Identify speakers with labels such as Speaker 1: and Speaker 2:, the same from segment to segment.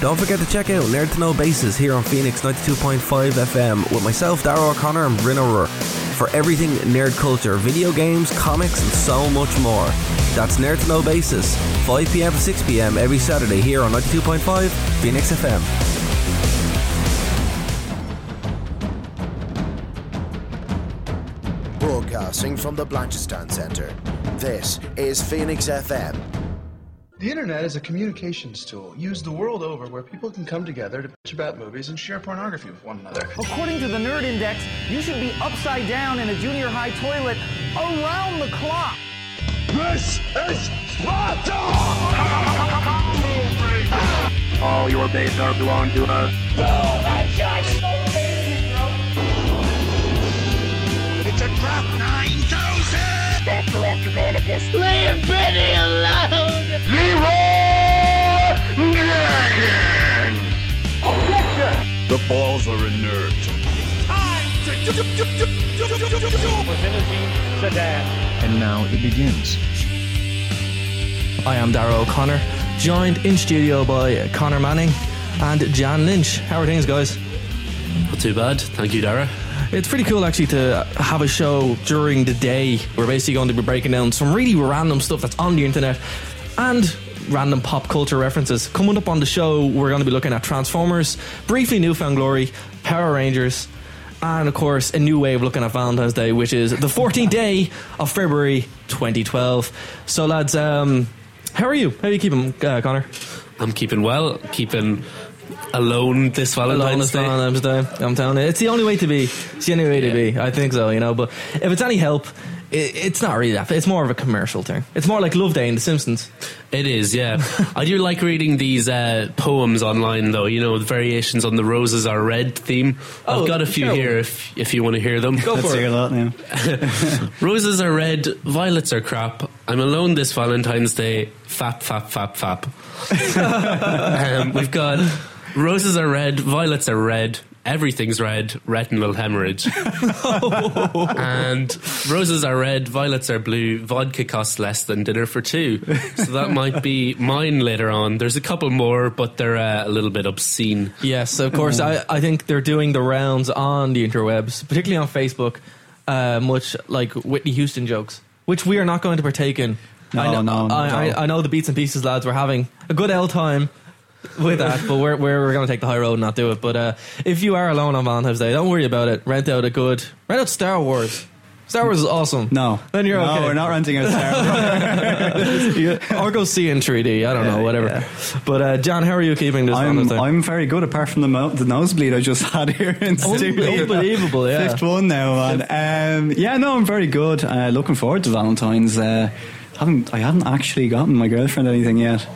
Speaker 1: Don't forget to check out Nerd to Know Bases here on Phoenix 92.5 FM with myself, Daryl O'Connor, and Bryn O'Rourke for everything nerd culture, video games, comics, and so much more. That's Nerd to Know Bases, 5 pm to 6 pm every Saturday here on 92.5 Phoenix FM.
Speaker 2: Broadcasting from the Blanchistan Centre, this is Phoenix FM.
Speaker 3: The internet is a communications tool used the world over where people can come together to bitch about movies and share pornography with one another.
Speaker 4: According to the Nerd Index, you should be upside down in a junior high toilet around the clock.
Speaker 5: This is Sparta!
Speaker 6: All your bases are belong to us.
Speaker 5: It's a drop 9,000!
Speaker 7: That's left Leave Benny alone!
Speaker 5: Leroy Nagin! Objection! The balls are inert.
Speaker 8: Time to do, do, do, do, do, do, do, do.
Speaker 9: With energy, sedan.
Speaker 10: And now it begins.
Speaker 11: I am Darrow O'Connor, joined in studio by Connor Manning and Jan Lynch. How are things, guys?
Speaker 12: Not too bad. Thank you, Dara.
Speaker 11: It's pretty cool actually to have a show during the day. We're basically going to be breaking down some really random stuff that's on the internet and random pop culture references. Coming up on the show, we're going to be looking at Transformers, briefly Newfound Glory, Power Rangers, and of course, a new way of looking at Valentine's Day, which is the 14th day of February 2012. So, lads, um, how are you? How are you keeping, uh, Connor?
Speaker 12: I'm keeping well, keeping alone this Valentine's Day.
Speaker 11: Alone is Valentine's Day. I'm telling you, it's the only way to be. It's the only way to be. I think so. You know, but if it's any help, it, it's not really that. It's more of a commercial thing. It's more like Love Day in The Simpsons.
Speaker 12: It is, yeah. I do like reading these uh, poems online, though. You know, the variations on the roses are red theme.
Speaker 11: Oh,
Speaker 12: I've got a few
Speaker 11: sure.
Speaker 12: here if if you want to hear them.
Speaker 11: Go
Speaker 13: Let's
Speaker 11: for
Speaker 13: hear
Speaker 11: it.
Speaker 13: that now.
Speaker 12: Roses are red, violets are crap. I'm alone this Valentine's Day. Fap, fap, fap, fap. um, we've got roses are red, violets are red. Everything's red, retinal hemorrhage. and roses are red, violets are blue, vodka costs less than dinner for two. So that might be mine later on. There's a couple more, but they're uh, a little bit obscene.
Speaker 11: Yes, of course. I,
Speaker 13: Mm-hmm.
Speaker 11: I think they're doing the rounds on the interwebs, particularly on Facebook, uh, much like Whitney Houston jokes, which we are not going to partake in.
Speaker 13: No,
Speaker 11: I know,
Speaker 13: no, no.
Speaker 11: I, I, I know the beats and pieces lads were having a good L time with that, but we're, we're, we're going to take the high road and not do it. But uh, if you are alone on Valentine's Day, don't worry about it. Rent out a good, rent out Star Wars. Star Wars is awesome.
Speaker 13: No.
Speaker 11: Then you're
Speaker 13: no,
Speaker 11: okay.
Speaker 13: we're not renting out Sarah.
Speaker 11: Or go see in 3D. I don't know, whatever. But uh, John, how are you keeping this
Speaker 13: I'm,
Speaker 11: Valentine's Day?
Speaker 13: I'm very good, apart from the, mo- the nosebleed I just had here in studio.
Speaker 11: Unbelievable, yeah.
Speaker 13: Fifth one now, man. Um, yeah, no, I'm very good. Uh, looking forward to Valentine's. Uh, haven't I haven't actually gotten my girlfriend anything yet.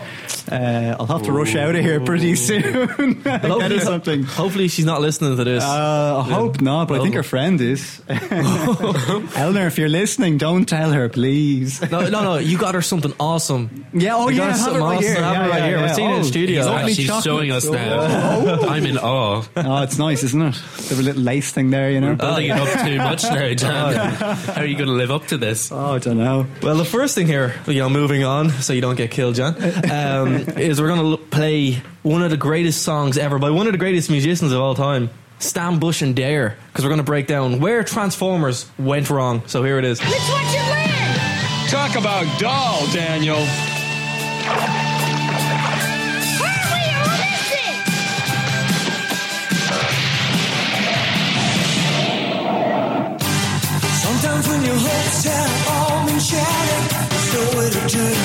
Speaker 13: Uh, I'll have to rush out of here pretty soon. Get her something.
Speaker 11: Hopefully, she's not listening to this.
Speaker 13: Uh, I hope not, but I think her friend is. Eleanor, if you're listening, don't tell her, please.
Speaker 11: no, no, no. You got her something awesome.
Speaker 13: Yeah, oh
Speaker 11: You got
Speaker 13: yeah, have it
Speaker 11: something
Speaker 13: right
Speaker 11: awesome.
Speaker 13: here.
Speaker 11: Have
Speaker 13: yeah,
Speaker 11: it right
Speaker 13: yeah,
Speaker 11: here. We're
Speaker 13: yeah.
Speaker 11: seeing it in
Speaker 13: Oh,
Speaker 11: studio.
Speaker 13: lovely
Speaker 12: And she's
Speaker 13: chocolate.
Speaker 12: showing us now. I'm in awe.
Speaker 13: Oh, it's nice, isn't it? The little lace thing there, you know.
Speaker 11: Oh,
Speaker 12: Building it up too much now, Jan. How are you going to live up to this?
Speaker 13: Oh, I don't know.
Speaker 11: Well, the first thing here, you know, moving on, so you don't get killed, John, um, is we're going to play one of the greatest songs ever by one of the greatest musicians of all time, Stan Bush and Dare, because we're going to break down where Transformers went wrong. So here it is.
Speaker 7: It's what you learn!
Speaker 5: Talk about doll, Daniel.
Speaker 7: Hurry, you're missing!
Speaker 14: Sometimes when your hopes have all been shattered, there's nowhere to turn.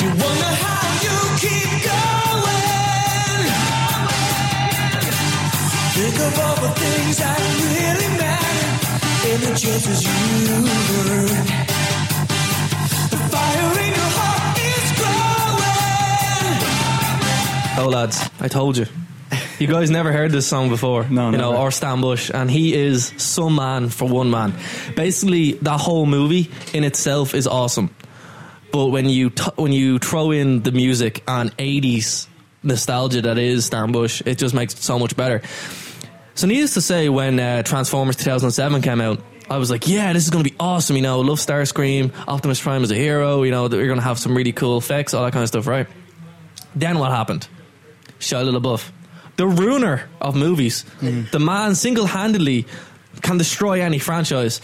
Speaker 14: You wonder how you keep going. Think of all the things that really matter and the chances you earn. The fire in your heart is growing.
Speaker 11: Oh, lads, I told you. You guys never heard this song before,
Speaker 13: No,
Speaker 11: you know,
Speaker 13: never.
Speaker 11: or Stan Bush, and he is some man for one man. Basically, that whole movie in itself is awesome, but when you t- when you throw in the music and '80s nostalgia that is Stan Bush, it just makes it so much better. So, needless to say, when uh, Transformers 2007 came out, I was like, yeah, this is going to be awesome. You know, love Starscream, Optimus Prime is a hero. You know, that we're going to have some really cool effects, all that kind of stuff, right? Then what happened? Shia LaBeouf, the ruiner of movies, the man single handedly can destroy any franchise.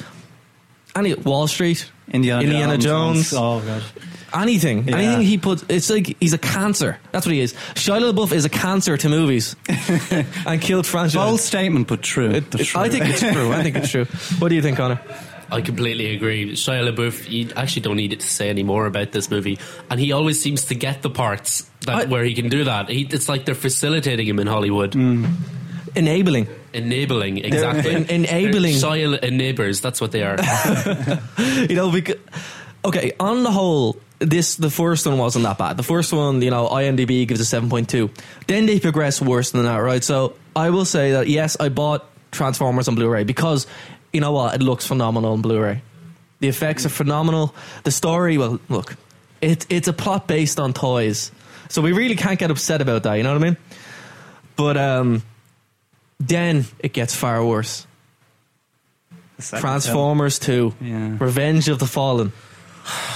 Speaker 11: Any Wall Street,
Speaker 13: Indiana,
Speaker 11: Jones,
Speaker 13: Oh god.
Speaker 11: anything,
Speaker 13: Yeah.
Speaker 11: anything he puts. It's like he's a cancer. That's what he is. Shia LaBeouf is a cancer to movies and killed franchise.
Speaker 13: Bold statement, but true. But
Speaker 11: It- I
Speaker 13: true.
Speaker 11: think it's true. I think it's true. What do you think, Connor?
Speaker 12: I completely agree. Shia LaBeouf, you actually don't need it to say any more about this movie, and he always seems to get the parts that, where he can do that. He, it's like they're facilitating him in Hollywood,
Speaker 11: Mm. enabling,
Speaker 12: enabling
Speaker 11: They're
Speaker 12: exactly,
Speaker 11: en- enabling.
Speaker 12: They're Shia enablers. That's what they are.
Speaker 11: you know, because, okay, on the whole, this the first one wasn't that bad. The first one, you know, IMDb gives a seven point two. Then they progress worse than that, right? So I will say that yes, I bought Transformers on Blu-ray because you know what, it looks phenomenal on Blu-ray. The effects are phenomenal. The story, well, look, it, it's a plot based on toys, so we really can't get upset about that. You know what I mean? But um, then it gets far worse. Transformers 2, Revenge of the Fallen.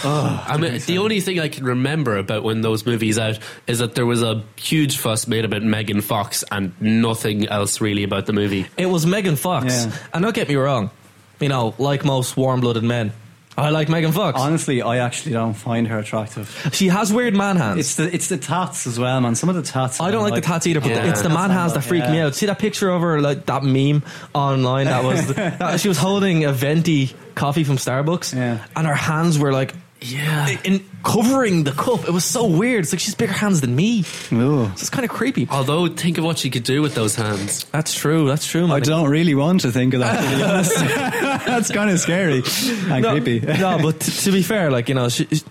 Speaker 12: Oh, I mean, the only thing I can remember about when those movies out is that there was a huge fuss made about Megan Fox and nothing else really about the movie.
Speaker 11: It was Megan Fox.
Speaker 12: Yeah.
Speaker 11: And don't get me wrong, you know, like most warm blooded men, I like Megan Fox.
Speaker 13: Honestly, I actually don't find her attractive.
Speaker 11: She has weird man hands.
Speaker 13: It's the it's the tats as well, man. Some of the tats.
Speaker 11: I don't like the tats either, but it's the man hands that freak me out. See that picture of her, like that meme online that was, that, she was holding a venti coffee from Starbucks, and her hands were like, yeah, in covering the cup. It was so weird. It's like she's bigger hands than me.
Speaker 13: No.
Speaker 11: It's kind of creepy.
Speaker 12: Although, think of what she could do with those hands.
Speaker 11: That's true. That's true.
Speaker 13: I don't really want to think of that. To be honest, that's kind of scary and
Speaker 11: no,
Speaker 13: creepy.
Speaker 11: no, but t- to be fair, like you know, she, she-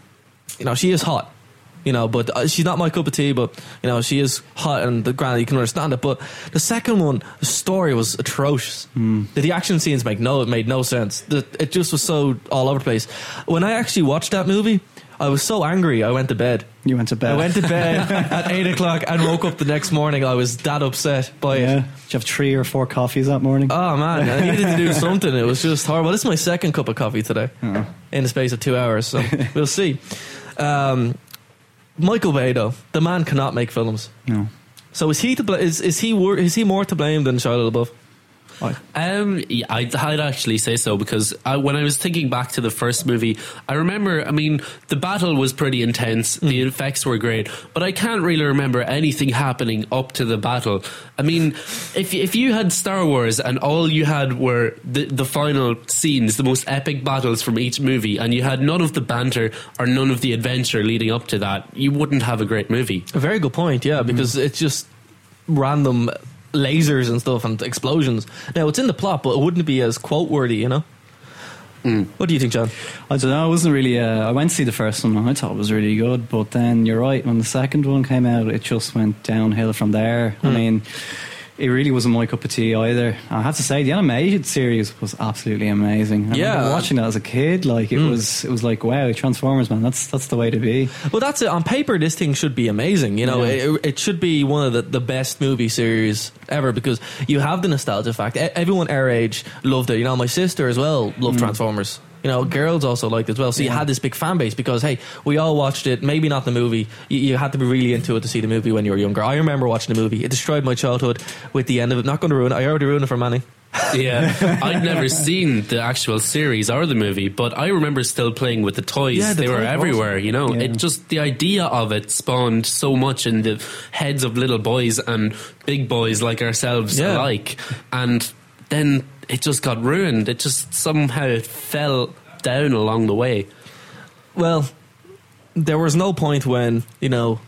Speaker 11: you know, she is hot. You know, but uh, she's not my cup of tea. But you know, she is hot, and the granted, you can understand it. But the second one, the story was atrocious.
Speaker 13: Hmm.
Speaker 11: The, the action scenes make no, it made no sense. The, it just was so all over the place. When I actually watched that movie, I was so angry. I went to bed.
Speaker 13: You went to bed.
Speaker 11: I went to bed at eight o'clock and woke up the next morning. I was that upset by it.
Speaker 13: Yeah. Did you have three or four coffees that morning?
Speaker 11: Oh man, I needed to do something. It was just horrible. This is my second cup of coffee today in the space of two hours, so we'll see. Um, Michael Bay, though, the man cannot make films.
Speaker 13: No.
Speaker 11: So is he to bl- is is he wor- is he more to blame than Shia LaBeouf?
Speaker 12: Um, yeah, I'd, I'd actually say so because I, when I was thinking back to the first movie, I remember. I mean, the battle was pretty intense. The effects were great, but I can't really remember anything happening up to the battle. I mean, if if you had Star Wars and all you had were the the final scenes, the most epic battles from each movie, and you had none of the banter or none of the adventure leading up to that, you wouldn't have a great movie.
Speaker 11: A very good point, yeah, because it's just random lasers and stuff and explosions. Now it's in the plot, but it wouldn't be as quote worthy, you know. What do you think, John?
Speaker 13: I don't know. I wasn't really. Uh, I went to see the first one. and I thought it was really good, but then you're right. When the second one came out, it just went downhill from there.
Speaker 11: Mm.
Speaker 13: I mean, it really wasn't my cup of tea either. I have to say, the animated series was absolutely amazing. I
Speaker 11: Yeah. Mm.
Speaker 13: remember watching that as a kid, like it was. It was like wow, Transformers, man. That's that's the way to be.
Speaker 11: Well, that's it. On paper, this thing should be amazing. You know,
Speaker 13: Yeah.
Speaker 11: it, it should be one of the, the best movie series ever because you have the nostalgia fact. E- Everyone our age loved it. You know, my sister as well loved Transformers. You know, girls also liked it as well. So you had this big fan base because, hey, we all watched it. Maybe not the movie. You, you had to be really into it to see the movie when you were younger. I remember watching the movie. It destroyed my childhood with the end of it. Not going to ruin it. I already ruined it for Manny.
Speaker 12: Yeah, I'd never seen the actual series or the movie, but I remember still playing with the toys.
Speaker 11: Yeah, the
Speaker 12: they were
Speaker 11: toys were
Speaker 12: everywhere,
Speaker 11: awesome.
Speaker 12: you know.
Speaker 11: Yeah.
Speaker 12: It just the idea of it spawned so much in the heads of little boys and big boys like ourselves
Speaker 11: Yeah.
Speaker 12: alike, and then it just got ruined. It just somehow it fell down along the way.
Speaker 11: Well, there was no point when you know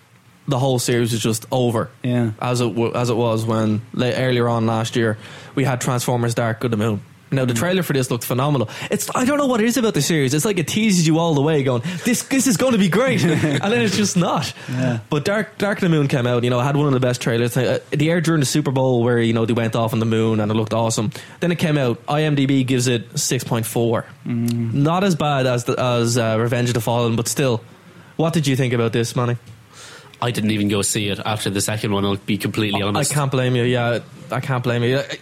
Speaker 11: the whole series was just over. Yeah, as it w- as it was when la- earlier on last year we had Transformers: Dark Good of the Moon. Now the trailer for this looked phenomenal. It's I don't know what it is about the series. It's like it teases you all the way, going this this is going to be great, and then it's just not. But Dark Dark of the Moon came out. You know, had one of the best trailers. Uh, The air during the Super Bowl where you know they went off on the moon and it looked awesome. Then it came out. IMDb gives it six point four. Not as bad as the, as uh, Revenge of the Fallen, but still. What did you think about this, Manny?
Speaker 12: I didn't even go see it after the second one. I'll be completely
Speaker 11: I
Speaker 12: honest.
Speaker 11: can't blame you. Yeah, I can't blame you. I-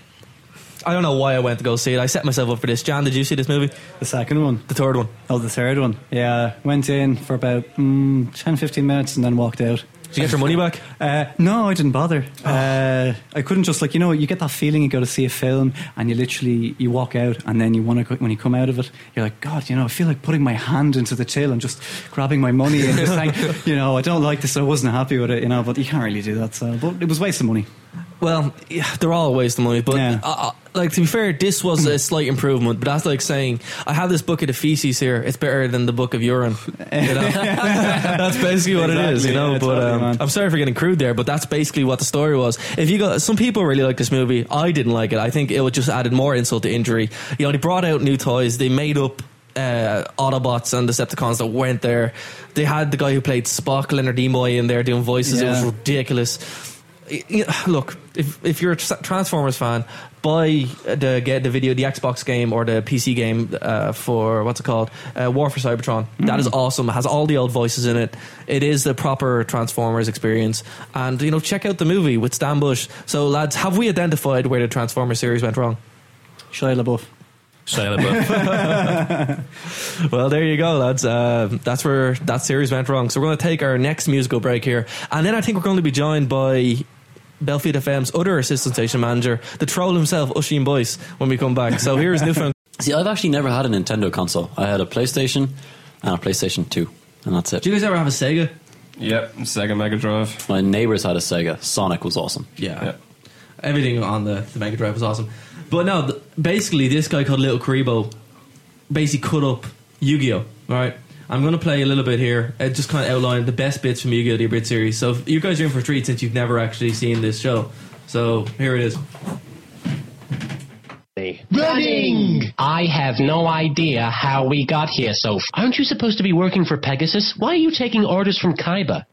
Speaker 11: I don't know why I went to go see it. I set myself up for this. Jan, did you see this movie?
Speaker 13: The second one.
Speaker 11: The third one.
Speaker 13: Oh, the third one. Yeah, went in for about mm, 10, 15 minutes and then walked out.
Speaker 11: Did you get your money back?
Speaker 13: Uh, no, I didn't bother.
Speaker 10: Oh.
Speaker 13: Uh, I couldn't just like you know you get that feeling you go to see a film and you literally you walk out and then you want to go, when you come out of it you're like God you know I feel like putting my hand into the till and just grabbing my money and just like you know I don't like this I wasn't happy with it you know but you can't really do that so but it was a waste of money.
Speaker 11: Well, yeah, they're all a waste of money, but uh, uh, like to be fair, this was a slight improvement. But that's like saying I have this bucket of feces here; it's better than the book of urine. You know? that's basically what it is,
Speaker 13: Exactly,
Speaker 11: you know.
Speaker 13: yeah,
Speaker 11: but
Speaker 13: totally,
Speaker 11: um,
Speaker 13: man.
Speaker 11: I'm sorry for getting crude there, but that's basically what the story was. If you got some people really like this movie, I didn't like it. I think it would just added more insult to injury. You know, they brought out new toys, they made up. Uh, Autobots and Decepticons that weren't there. They had the guy who played Spock, Leonard Nimoy, in there doing voices. It was
Speaker 13: Yeah.
Speaker 11: ridiculous. Y- y- look, if if you're a Tr- Transformers fan, buy the get the video, the Xbox game or the PC game uh, for what's it called, uh, War for Cybertron.
Speaker 13: Mm-hmm.
Speaker 11: That is awesome. It has all the old voices in it. It is the proper Transformers experience. And you know, check out the movie with Stan Bush. So, lads, have we identified where the Transformers series went wrong?
Speaker 13: Shia LaBeouf.
Speaker 12: Shia LaBeouf.
Speaker 11: Well, there you go, lads. Uh, that's where that series went wrong. So we're going to take our next musical break here, and then I think we're going to be joined by Belfield FM's other assistant station manager, the troll himself, Usheen Boyce, when we come back. So here's Newfound.
Speaker 10: See, I've actually never had a Nintendo console. I had a PlayStation and a PlayStation 2, and that's it.
Speaker 11: Do you guys ever have a Sega?
Speaker 10: Yep, Sega Mega Drive. My neighbors had a Sega. Sonic was awesome.
Speaker 11: Yeah. Everything on the, the Mega Drive was awesome. But no, th- basically, this guy called Little Karibo basically cut up Yu Gi Oh! Right? I'm going to play a little bit here. It just kind of outline the best bits from Yu Gi Oh! The Abridged series. So if- you guys are in for a treat since you've never actually seen this show. So here it is.
Speaker 15: Running! I have no idea how we got here, so aren't you supposed to be working for Pegasus? Why are you taking orders from Kaiba?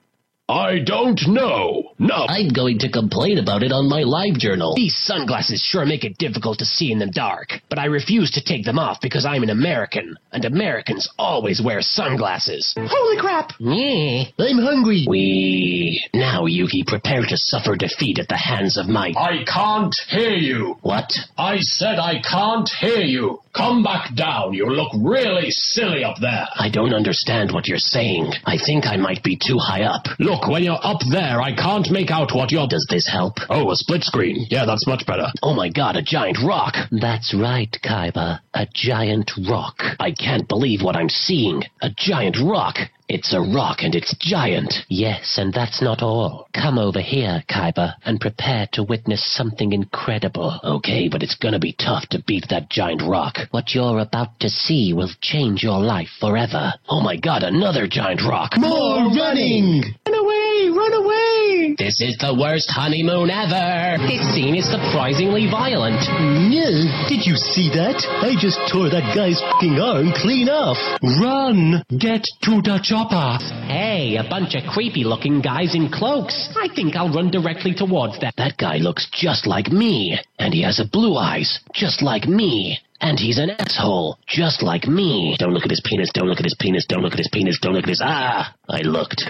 Speaker 15: I don't know. No. I'm going to complain about it on my live journal. These sunglasses sure make it difficult to see in the dark, but I refuse to take them off because I'm an American, and Americans always wear sunglasses. Holy crap! Yeah, I'm hungry. We now, Yugi, prepare to suffer defeat at the hands of my.
Speaker 6: I can't hear you.
Speaker 15: What?
Speaker 6: I said I can't hear you. Come back down. You look really silly up there.
Speaker 15: I don't understand what you're saying. I think I might be too high up.
Speaker 6: Look, when you're up there, I can't make out what you're.
Speaker 15: Does this help? Oh, a split screen. Yeah, that's much better. Oh my god, a giant rock. That's right, Kaiba. A giant rock. I can't believe what I'm seeing. A giant rock. It's a rock and it's giant. Yes, and that's not all. Come over here, Kaiba, and prepare to witness something incredible. Okay, but it's gonna be tough to beat that giant rock. What you're about to see will change your life forever. Oh my god, another giant rock.
Speaker 7: More running!
Speaker 15: Run away! Run away! This is the worst honeymoon ever! This scene is surprisingly violent.
Speaker 16: Yeah, did you see that? I just tore that guy's fing arm clean off. Run! Get to the chopper!
Speaker 15: Hey, a bunch of creepy looking guys in cloaks. I think I'll run directly towards that. That guy looks just like me. And he has a blue eyes, just like me. And he's an asshole, just like me. Don't look at his penis, don't look at his penis, don't look at his penis, don't look at his. Ah! I looked.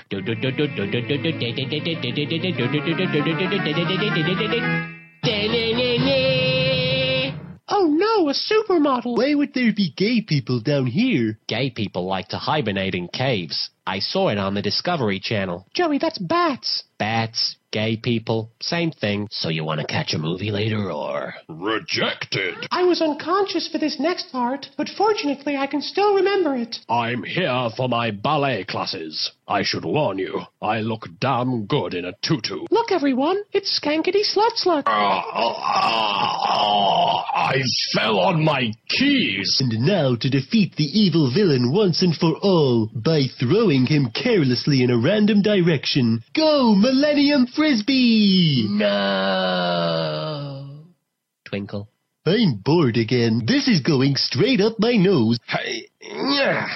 Speaker 16: Oh no, a supermodel! Why would there be gay people down here?
Speaker 15: Gay people like to hibernate in caves. I saw it on the Discovery Channel.
Speaker 16: Joey, that's bats!
Speaker 15: Bats, gay people, same thing. So you want to catch a movie later or? Rejected.
Speaker 16: I was unconscious for this next part, but fortunately I can still remember it.
Speaker 6: I'm here for my ballet classes. I should warn you, I look damn good in a tutu.
Speaker 16: Look, everyone, it's Skankity Slut Slut.
Speaker 6: Ah. I fell on my keys.
Speaker 16: And now to defeat the evil villain once and for all by throwing him carelessly in a random direction. Go, Millennium Frisbee! No!
Speaker 15: Twinkle.
Speaker 16: I'm bored again. This is going straight up my nose. Hey, yeah.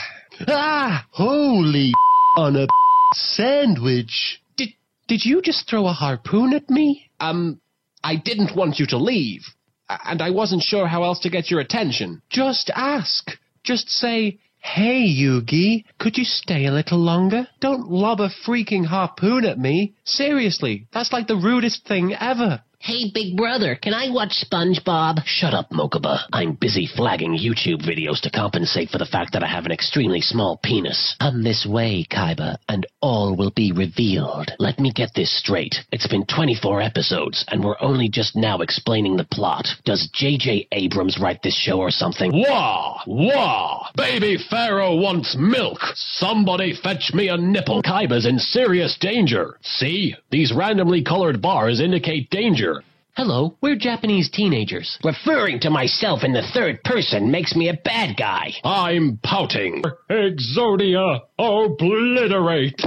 Speaker 16: Ah, holy on a sandwich.
Speaker 15: Did did you just throw a harpoon at me?
Speaker 16: Um,
Speaker 15: I didn't want you to leave, a- and I wasn't sure how else to get your attention.
Speaker 16: Just ask. Just say, hey, Yugi, could you stay a little longer? Don't lob a freaking harpoon at me. Seriously, that's like the rudest thing ever.
Speaker 15: Hey, big brother, can I watch SpongeBob? Shut up, Mokuba. I'm busy flagging YouTube videos to compensate for the fact that I have an extremely small penis. Come this way, Kaiba, and all will be revealed. Let me get this straight. It's been 24 episodes, and we're only just now explaining the plot. Does J.J. Abrams write this show or something?
Speaker 6: Wah! Wah! Baby Pharaoh wants milk! Somebody fetch me a nipple! Kaiba's in serious danger! See? These randomly colored bars indicate danger.
Speaker 15: Hello, we're Japanese teenagers. Referring to myself in the third person makes me a bad guy.
Speaker 6: I'm pouting. Exodia, obliterate!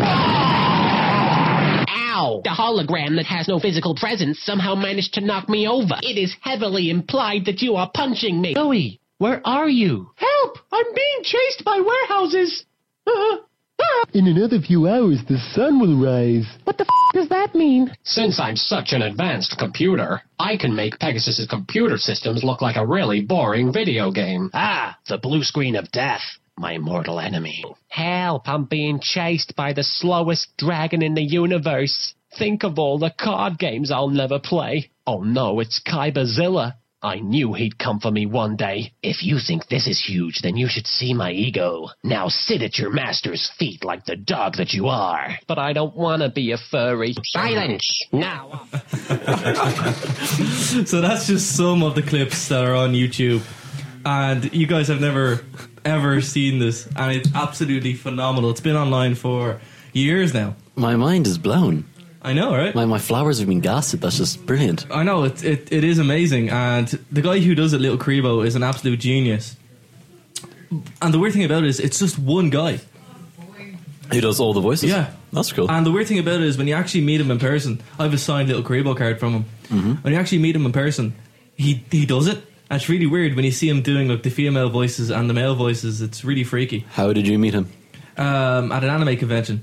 Speaker 15: Ow! The hologram that has no physical presence somehow managed to knock me over. It is heavily implied that you are punching me. Zoe, where are you? Help! I'm being chased by warehouses!
Speaker 16: In another few hours, the sun will rise. What the f- does that mean?
Speaker 6: Since I'm such an advanced computer, I can make Pegasus's computer systems look like a really boring video game.
Speaker 15: Ah, the blue screen of death. My mortal enemy. Help, I'm being chased by the slowest dragon in the universe. Think of all the card games I'll never play. Oh no, it's Kyberzilla. I knew he'd come for me one day. If you think this is huge, then you should see my ego. Now sit at your master's feet like the dog that you are. But I don't want to be a furry. Silence! Now!
Speaker 11: so that's just some of the clips that are on YouTube, and you guys have never ever seen this, and it's absolutely phenomenal. It's been online for years now.
Speaker 10: My mind is blown.
Speaker 11: I know, right?
Speaker 10: My, my flowers have been gasted. That's just brilliant.
Speaker 11: I know it, it. It is amazing, and the guy who does it, Little Crebo, is an absolute genius. And the weird thing about it is, it's just one guy.
Speaker 10: He does all the voices.
Speaker 11: Yeah.
Speaker 10: That's cool.
Speaker 11: And the weird thing about it is, when you actually meet him in person, I have a signed Little Crebo card from him.
Speaker 10: Mm-hmm.
Speaker 11: When you actually meet him in person, he he does it. And it's really weird when you see him doing like the female voices and the male voices. It's really freaky.
Speaker 10: How did you meet him? Uh,
Speaker 11: Um, at an anime convention.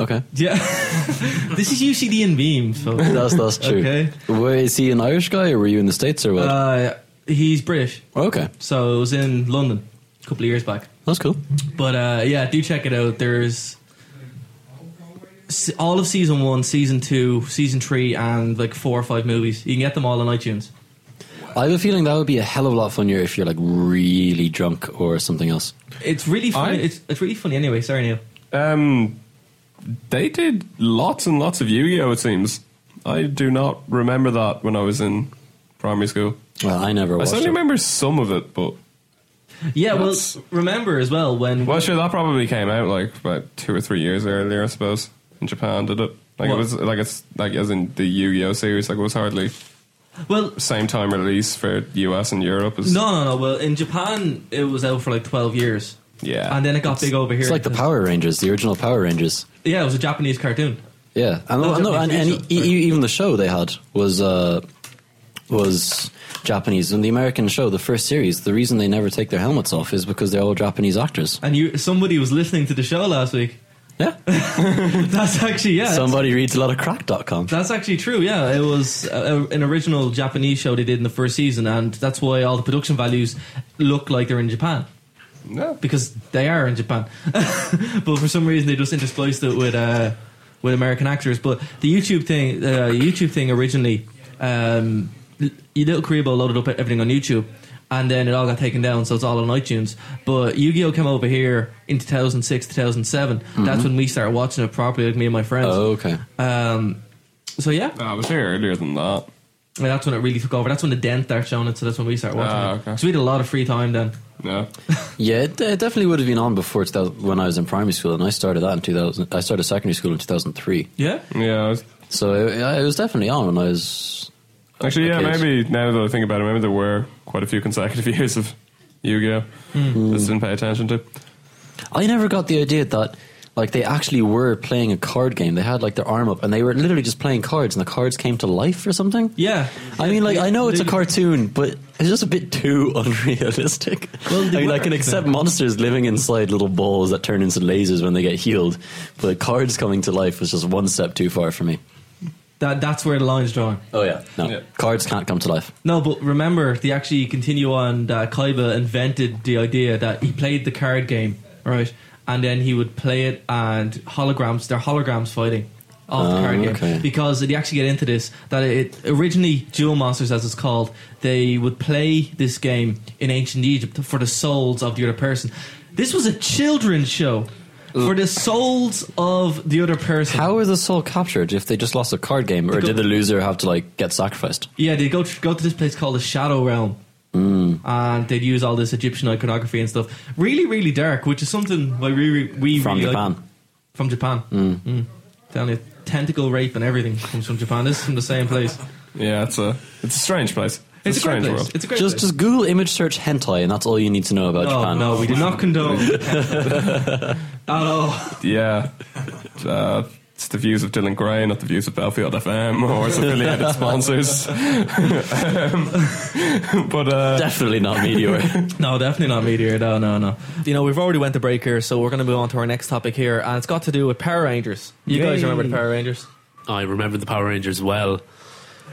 Speaker 10: Okay.
Speaker 11: Yeah. this is UCD and memes. folks.
Speaker 10: That's that's true.
Speaker 11: Oh. Okay.
Speaker 10: Were, is he an Irish guy, or were you in the states, or what?
Speaker 11: Uh, he's British.
Speaker 10: okay.
Speaker 11: So it was in London a couple of years back.
Speaker 10: That's cool.
Speaker 11: But uh, yeah, do check it out. There's se- all of season one, season two, season three, and like four or five movies. You can get them all on iTunes.
Speaker 10: I have a feeling that would be a hell of a lot funnier if you're like really drunk or something else.
Speaker 11: It's really funny.
Speaker 17: I-
Speaker 11: It's, it's really funny anyway. Sorry, Neil.
Speaker 17: Um, they did lots and lots of Yu-Gi-Oh. It seems I do not remember that when I was in primary school.
Speaker 10: Well, I never.
Speaker 17: I
Speaker 10: watched
Speaker 17: certainly
Speaker 10: it.
Speaker 17: remember some of it, but
Speaker 11: Yeah, well,
Speaker 17: That's-
Speaker 11: remember as well when
Speaker 17: well, sure, that probably came out like about two or three years earlier, I suppose. In Japan, did it? Like
Speaker 11: What?
Speaker 17: it was like it's like as in the Yu-Gi-Oh series. Like it was hardly
Speaker 11: well
Speaker 17: same time release for US and Europe. As,
Speaker 11: no, no, no. Well, in Japan, it was out for like twelve years.
Speaker 17: Yeah,
Speaker 11: and then it got big over here.
Speaker 10: It's like the Power Rangers, the original Power Rangers.
Speaker 11: yeah, it was a Japanese cartoon.
Speaker 10: Yeah, and,
Speaker 11: No,
Speaker 10: no, no, and,
Speaker 11: Japanese
Speaker 10: and
Speaker 11: TV
Speaker 10: e- e- even the show they had was uh, was Japanese. And the American show, the first series, the reason they never take their helmets off is because they're all Japanese actors.
Speaker 11: And you, somebody was listening to the show last week.
Speaker 10: Yeah,
Speaker 11: that's actually yeah. that's-
Speaker 10: Somebody reads a lot of crack.com.
Speaker 11: That's actually true. Yeah, it was a, an original Japanese show they did in the first season, and that's why all the production values look like they're in Japan.
Speaker 17: No,
Speaker 11: because they are in Japan. but for some reason, they just interspliced it with uh, with American actors. But the YouTube thing, uh, YouTube thing originally, um, L- Little Karibo loaded up everything on YouTube, and then it all got taken down, so it's all on iTunes. But Yu-Gi-Oh came over here in 2006, 2007. That's
Speaker 10: Mhm.
Speaker 11: when we started watching it properly, like me and my friends.
Speaker 10: Oh, okay.
Speaker 11: Um, so yeah,
Speaker 17: I was here earlier than that.
Speaker 11: I mean, that's when it really took over. That's when the dent started showing it. So that's when we started watching
Speaker 10: Ah,
Speaker 11: it.
Speaker 10: okay.
Speaker 11: So we had a lot of free time then.
Speaker 17: Yeah.
Speaker 10: Yeah, it, it definitely would have been on before 2000, when I was in primary school, and I started that in 2000. I started secondary school in 2003.
Speaker 11: Yeah?
Speaker 17: Yeah.
Speaker 10: So it, it was definitely on when I was.
Speaker 17: Actually, yeah,
Speaker 10: a kid.
Speaker 17: maybe now that I think about it, maybe there were quite a few consecutive years of Yu-Gi-Oh.
Speaker 10: Hmm.
Speaker 17: Just didn't pay attention to.
Speaker 10: I never got the idea that like they actually were playing a card game. They had like their arm up and they were literally just playing cards and the cards came to life or something.
Speaker 11: Yeah.
Speaker 10: I mean like I know it's a cartoon, but it's just a bit too unrealistic. I mean I can accept monsters living inside little balls that turn into lasers when they get healed, but cards coming to life was just one step too far for me.
Speaker 11: That that's where the line's drawn.
Speaker 10: Oh yeah. No. Cards can't come to life.
Speaker 11: No, but remember, they actually continue on that Kaiba invented the idea that he played the card game, right? And then he would play it and holograms, they're holograms fighting. of the
Speaker 10: Oh,
Speaker 11: card game
Speaker 10: okay.
Speaker 11: because they actually get into this that it originally Duel Monsters, as it's called, they would play this game in ancient Egypt for the souls of the other person. This was a children's show for the souls of the other person.
Speaker 10: How were the soul captured if they just lost a card game, or
Speaker 11: They go-
Speaker 10: did the loser have to like get sacrificed?
Speaker 11: Yeah, they go go to this place called the Shadow Realm.
Speaker 10: Mm.
Speaker 11: and they'd use all this Egyptian iconography and stuff. Really, really dark, which is something why we, we
Speaker 10: From
Speaker 11: really
Speaker 10: Japan.
Speaker 11: Like, from Japan.
Speaker 10: Hmm.
Speaker 11: Mm. Mm. Telling you, tentacle rape and everything comes from Japan. This is from the same place.
Speaker 17: Yeah, it's a it's a strange place.
Speaker 11: It's
Speaker 17: a
Speaker 11: a great
Speaker 17: strange
Speaker 11: place.
Speaker 17: world.
Speaker 11: It's a great
Speaker 10: just
Speaker 11: place.
Speaker 10: just Google image search hentai, and that's all you need to know about
Speaker 11: No,
Speaker 10: Japan.
Speaker 11: no, we do not condone. Oh,
Speaker 17: Yeah. Uh, it's the views of Dylan Gray, not the views of Belfield FM or its affiliated sponsors. um, but uh,
Speaker 10: definitely not Meteor.
Speaker 11: no, definitely not Meteor. No, no, no. You know, we've already went to break here, so we're going to move on to our next topic here, and it's got to do with Power Rangers. You guys
Speaker 12: Yay.
Speaker 11: remember the Power Rangers?
Speaker 12: I remember the Power Rangers well.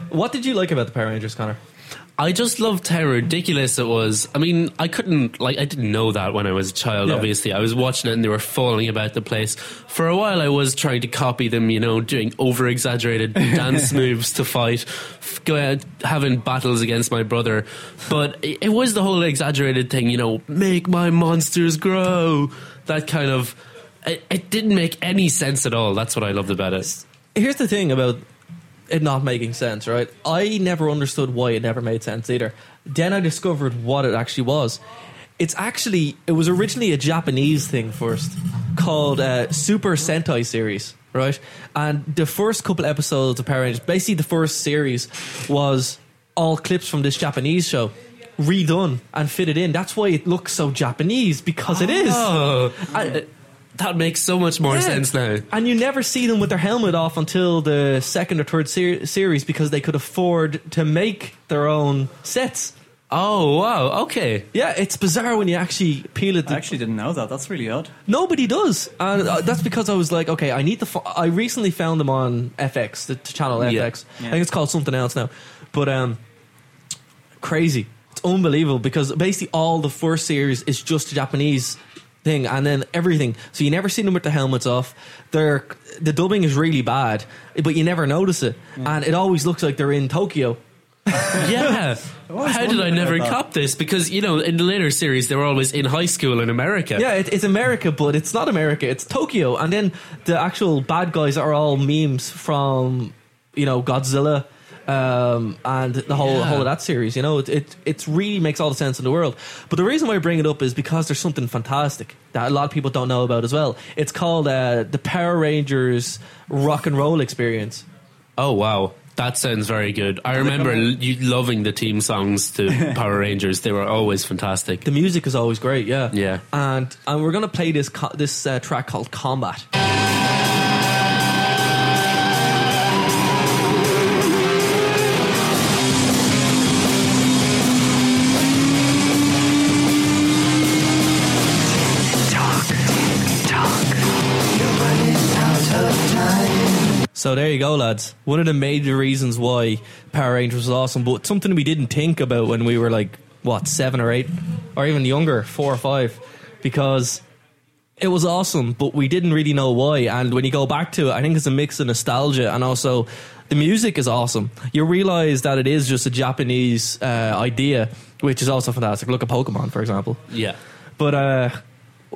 Speaker 11: What did you like about the Power Rangers, Connor?
Speaker 12: I just loved how ridiculous it was. I mean, I couldn't like I didn't know that when I was a child.
Speaker 11: Yeah.
Speaker 12: Obviously, I was watching it and they were falling about the place. For a while, I was trying to copy them. You know, doing over exaggerated dance moves to fight, f- go out, having battles against my brother. But it, it was the whole exaggerated thing. You know, make my monsters grow. That kind of. It, it didn't make any sense at all. That's what I loved about it.
Speaker 11: Here's the thing about it not making sense, right? I never understood why it never made sense either. Then I discovered what it actually was. It's actually it was originally a Japanese thing first called uh, Super Sentai series, right? And the first couple episodes of Power Rangers, basically the first series, was all clips from this Japanese show redone and fitted in. That's why it looks so Japanese because it is.
Speaker 12: Oh, that makes so much more
Speaker 11: Yeah.
Speaker 12: sense now.
Speaker 11: And you never see them with their helmet off until the second or third ser- series because they could afford to make their own sets.
Speaker 12: Oh wow! Okay,
Speaker 11: yeah, it's bizarre when you actually peel it.
Speaker 13: I actually didn't know that. That's really odd.
Speaker 11: Nobody does, and uh, that's because I was like, okay, I need to. Fo- I recently found them on FX, the, the channel FX.
Speaker 12: Yeah.
Speaker 11: I think it's called something else now, but um, crazy. It's unbelievable because basically all the first series is just a Japanese thing, and then everything. So you never see them with the helmets off. They're, the dubbing is really bad, but you never notice it, and it always looks like they're in Tokyo.
Speaker 12: Yeah.
Speaker 11: always
Speaker 12: How did I
Speaker 11: wondered
Speaker 12: never
Speaker 11: about that.
Speaker 12: cop this? Because, you know, in the later series, they were always in high school in America.
Speaker 11: Yeah, it, it's America, but it's not America. It's Tokyo, and then the actual bad guys are all memes from you know Godzilla um, and the whole
Speaker 12: Yeah.
Speaker 11: whole of that series. You know, it, it it really makes all the sense in the world. But the reason why I bring it up is because there's something fantastic that a lot of people don't know about as well. It's called uh, the Power Rangers Rock and Roll Experience.
Speaker 12: Oh, wow. That sounds very good. I remember l- you loving the team songs to Power Rangers. They were always fantastic. The
Speaker 11: music is always great, yeah.
Speaker 12: Yeah.
Speaker 11: And and we're gonna play this co- this uh, track called Combat. So there you go, lads. One of the major reasons why Power Rangers was awesome, but something we didn't think about when we were like what seven or eight, or even younger, four or five, because it was awesome, but we didn't really know why. And when you go back to it, I think it's a mix of nostalgia and also the music is awesome. You realize that it is just a Japanese uh, idea, which is also fantastic. Look at Pokemon, for example.
Speaker 12: Yeah.
Speaker 11: But uh,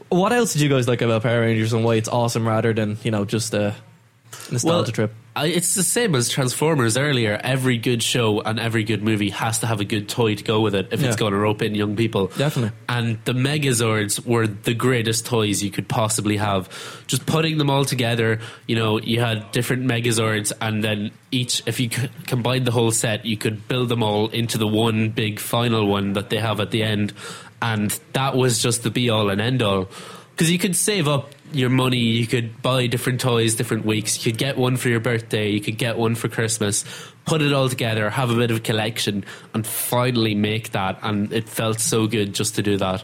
Speaker 11: what else did you guys like about Power Rangers and why it's awesome rather than you know just a nostalgia
Speaker 12: Well,
Speaker 11: trip?
Speaker 12: I, it's the same as Transformers earlier. Every good show and every good movie has to have a good toy to go with it if
Speaker 11: Yeah.
Speaker 12: it's going to rope in young people.
Speaker 11: Definitely.
Speaker 12: And the Megazords were the greatest toys you could possibly have. Just putting them all together, you know, you had different Megazords, and then each, if you c- combined the whole set, you could build them all into the one big final one that they have at the end. And that was just the be all and end all. Because you could save up your money, you could buy different toys different weeks, you could get one for your birthday, you could get one for Christmas, put it all together, have a bit of a collection, and finally make that. And it felt so good just to do that.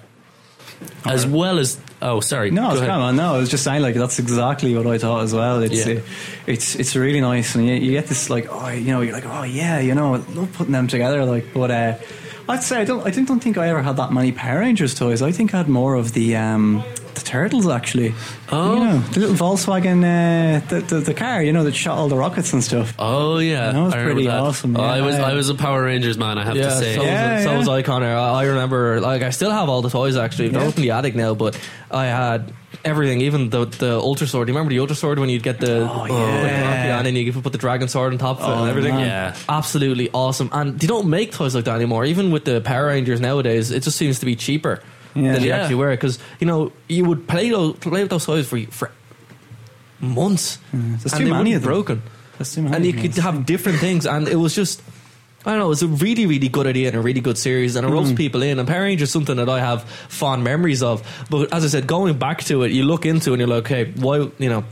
Speaker 12: As well as, oh, sorry.
Speaker 13: No,
Speaker 12: go
Speaker 13: it's
Speaker 12: ahead.
Speaker 13: come on. No, I was just saying like that's exactly what I thought as well. It's
Speaker 12: Yeah.
Speaker 13: uh, it's it's really nice, and you, you get this like oh you know you're like oh yeah you know I love putting them together like but uh, I'd say I don't I didn't, don't think I ever had that many Power Rangers toys. I think I had more of the um, the turtles actually. Oh, you know, the little Volkswagen, uh, the, the the car, you know, that shot all the rockets and stuff.
Speaker 12: Oh yeah,
Speaker 13: That was
Speaker 12: I remember
Speaker 13: pretty
Speaker 12: that.
Speaker 13: awesome,
Speaker 12: Oh, I
Speaker 13: yeah.
Speaker 12: was I was a Power Rangers man. I have to say.
Speaker 11: Uh, So, was, so was I, Connor. I, I remember, like, I still have all the toys actually. They're
Speaker 12: Yeah.
Speaker 11: up in the attic now, but I had everything, even the the Ultra Sword. Do you remember the Ultra Sword when you'd get the, oh,
Speaker 12: yeah.
Speaker 11: and then you could put the Dragon Sword on top of it
Speaker 12: Oh,
Speaker 11: and everything?
Speaker 12: man. Yeah.
Speaker 11: Absolutely awesome. And they don't make toys like that anymore. Even with the Power Rangers nowadays, it just seems to be cheaper
Speaker 13: Yeah.
Speaker 11: than they
Speaker 13: Yeah.
Speaker 11: actually were. Because, you know, you would play, those, play with those toys for, for months.
Speaker 13: There's
Speaker 11: and
Speaker 13: too many
Speaker 11: they wouldn't
Speaker 13: of them.
Speaker 11: broken.
Speaker 13: That's too many
Speaker 11: And you
Speaker 13: of them.
Speaker 11: could have different things, and it was just. I don't know. It's a really, really good idea and a really good series, and it ropes
Speaker 13: Mhm.
Speaker 11: people in. And Power Rangers is something that I have fond memories of. But as I said, going back to it, you look into it and you're like, okay, why? You know,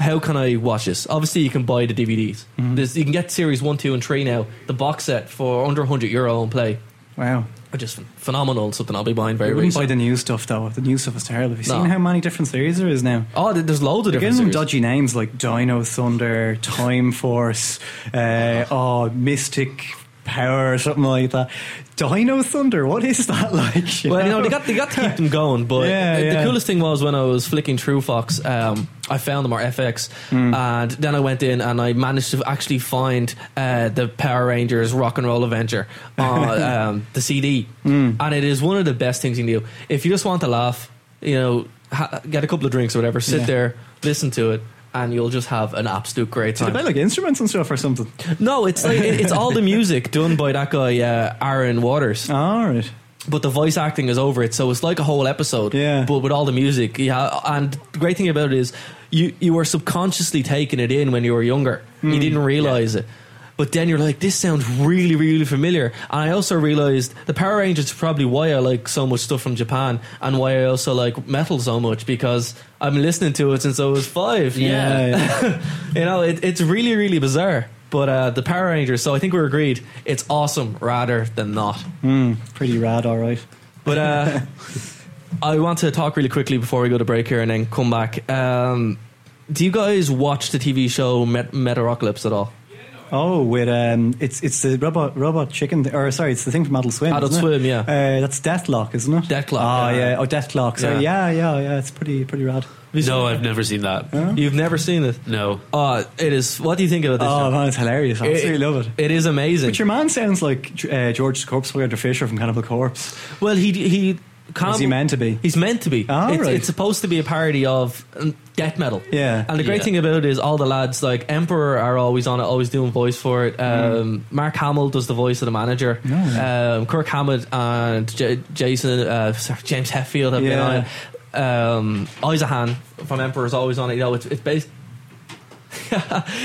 Speaker 11: how can I watch this? Obviously, you can buy the DVDs.
Speaker 13: Mm-hmm.
Speaker 11: There's, you can get series one, two, and three now. The box set for under 100 euro and play.
Speaker 13: Wow.
Speaker 11: Are just ph- phenomenal. Something I'll be buying
Speaker 13: I
Speaker 11: very, very
Speaker 13: wouldn't buy
Speaker 11: soon.
Speaker 13: the new stuff though. The new stuff is terrible. Have you
Speaker 11: No.
Speaker 13: seen how many different series there is now?
Speaker 11: Oh, there- there's loads of
Speaker 13: They're
Speaker 11: different
Speaker 13: giving them
Speaker 11: series.
Speaker 13: dodgy names like Dino Thunder, Time Force, uh, oh, Mystic Power, or something like that. Dino Thunder, what is that like?
Speaker 11: well, you know, they got they got to keep them going. But
Speaker 13: Yeah,
Speaker 11: the, the
Speaker 13: yeah.
Speaker 11: coolest thing was when I was flicking through Fox, um, I found them or FX,
Speaker 13: Mm.
Speaker 11: and then I went in and I managed to actually find uh, the Power Rangers Rock and Roll Adventure on um, the CD,
Speaker 13: Mm.
Speaker 11: and it is one of the best things you can do if you just want to laugh. You know, ha- get a couple of drinks or whatever, sit
Speaker 13: Yeah.
Speaker 11: there, listen to it. And you'll just have an absolute great
Speaker 13: Did they
Speaker 11: time.
Speaker 13: play like instruments and stuff or something?
Speaker 11: No, it's like it- it's all the music done by that guy uh, Aaron Waters.
Speaker 13: All right.
Speaker 11: But the voice acting is over it, so it's like a whole episode. Yeah. But with all the music, yeah. And the great thing about it is, you you were subconsciously taking it in when you were younger. You
Speaker 13: Hmm.
Speaker 12: Mm.
Speaker 11: didn't realize it, but then you're like, this sounds really, really familiar. And I also realized the Power Rangers is probably why I like so much stuff from Japan and why I also like metal so much because I've been listening to it since I was five.
Speaker 13: Yeah,
Speaker 11: you know, it, it's really, really bizarre. But uh, the Power Rangers, so I think we're agreed, it's awesome rather than not.
Speaker 13: Hmm, pretty rad, all right.
Speaker 11: But uh, I want to talk really quickly before we go to break here and then come back. Um, do you guys watch the TV show Met- Metalocalypse at all?
Speaker 13: Oh, with um, it's it's the robot robot chicken, th- or sorry, it's the thing from Adult Swim.
Speaker 11: Adult
Speaker 13: isn't it?
Speaker 11: Swim, yeah.
Speaker 13: Uh, that's Deathlock, isn't it?
Speaker 11: Deathlock.
Speaker 13: Oh yeah. Oh Deathlock. Sorry. Yeah. yeah, yeah, It's pretty pretty rad.
Speaker 12: No, I've never seen that.
Speaker 11: You've never seen it?
Speaker 12: No.
Speaker 11: Uh, it is. What do you think about this?
Speaker 13: Oh
Speaker 11: show?
Speaker 13: man, it's hilarious. I absolutely love it.
Speaker 11: It is amazing.
Speaker 13: But your man sounds like uh, George Corpsewear Fisher from Cannibal Corpse.
Speaker 11: Well, he he.
Speaker 13: Was he meant to be?
Speaker 11: He's meant to be.
Speaker 13: Ah,
Speaker 11: it's,
Speaker 13: right.
Speaker 11: it's supposed to be a parody of um, death metal.
Speaker 13: Yeah.
Speaker 11: And the great
Speaker 13: Yeah.
Speaker 11: thing about it is all the lads like Emperor are always on it, always doing voice for it.
Speaker 13: Mm.
Speaker 11: Um, Mark Hamill does the voice of the manager.
Speaker 13: Oh,
Speaker 11: Um, Kirk Hammett and J- Jason uh, sorry, James Hetfield have been
Speaker 13: Yeah.
Speaker 11: on it. Um, Isahan from Emperor is always on it. You know, it's it's based.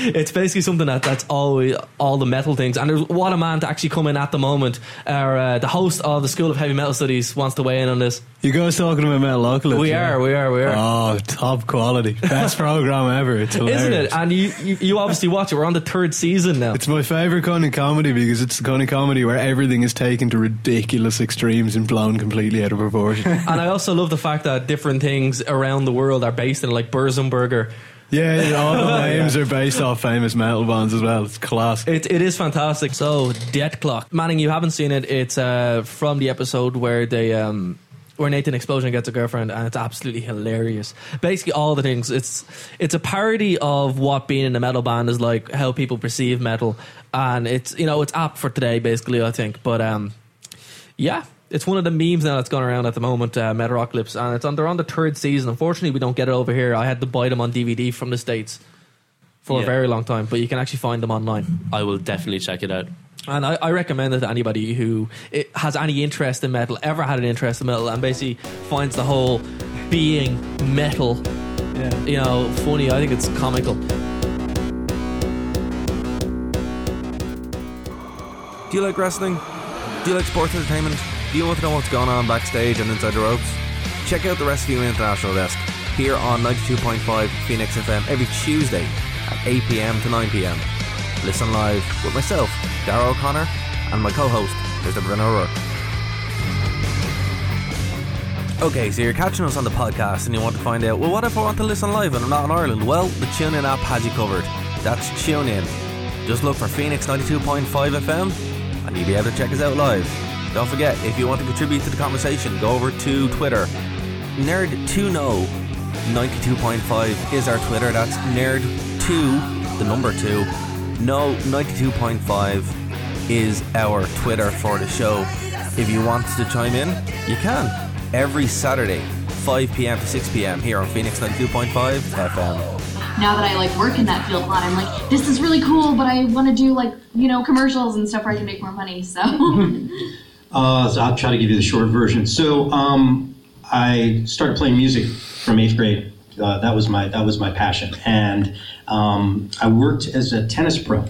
Speaker 11: it's basically something that that's always all the metal things. And there's what a man to actually come in at the moment. Our, uh, the host of the School of Heavy Metal Studies wants to weigh in on this.
Speaker 18: You guys talking about Metalocalypse?
Speaker 11: We
Speaker 18: yeah?
Speaker 11: are, we are, we are.
Speaker 18: Oh, top quality. Best program ever. It's hilarious.
Speaker 11: Isn't it? And you, you, you obviously watch it. We're on the third season now.
Speaker 18: It's my favourite kind of comedy because it's the kind of comedy where everything is taken to ridiculous extremes and blown completely out of proportion.
Speaker 11: and I also love the fact that different things around the world are based in like Burzenberger.
Speaker 18: yeah, yeah, all the names are based off famous metal bands as well. It's class.
Speaker 11: It, it is fantastic. So, Death Clock. Manning, you haven't seen it. It's uh, from the episode where they. Um, where Nathan Explosion gets a girlfriend, and it's absolutely hilarious. Basically, all the things. It's it's a parody of what being in a metal band is like, how people perceive metal, and it's you know Oh, it's apt for today, basically. I think, but um, Yeah, it's one of the memes now that's gone around at the moment, uh, Metalocalypse, and it's on they're on the third season. Unfortunately, we don't get it over here. I had to buy them on DVD from the states for a
Speaker 12: Yeah.
Speaker 11: very long time, but you can actually find them online.
Speaker 12: I will definitely check it out.
Speaker 11: And I, I recommend it to anybody who it has any interest in metal, ever had an interest in metal, and basically finds the whole being metal, you know, funny. I think it's comical.
Speaker 1: Do you like wrestling? Do you like sports entertainment? Do you want to know what's going on backstage and inside the ropes? Check out the Rescue International Desk here on 92.5 Phoenix FM every Tuesday at 8 pm to 9 pm. Listen live with myself, Darrell O'Connor, and my co host, Mr. Bruno O'Rourke. Okay, so you're catching us on the podcast and you want to find out, well, what if I want to listen live and I'm not in Ireland? Well, the TuneIn app has you covered. That's TuneIn. Just look for Phoenix 92.5 FM and you'll be able to check us out live. Don't forget, if you want to contribute to the conversation, go over to Twitter Nerd2Know 92.5 is our Twitter. That's Nerd2, the number 2. No 92.5 is our Twitter for the show. If you want to chime in, you can. Every Saturday, 5 p.m. to 6 p.m. here on Phoenix 92.5 FM.
Speaker 19: now that I like work in that field a lot, I'm like, this is really cool, but I want to do like, you know, commercials and stuff where I can make more money. So
Speaker 20: Uh, so I'll try to give you the short version. So um, I started playing music from eighth grade. Uh, that was my that was my passion, and um, I worked as a tennis pro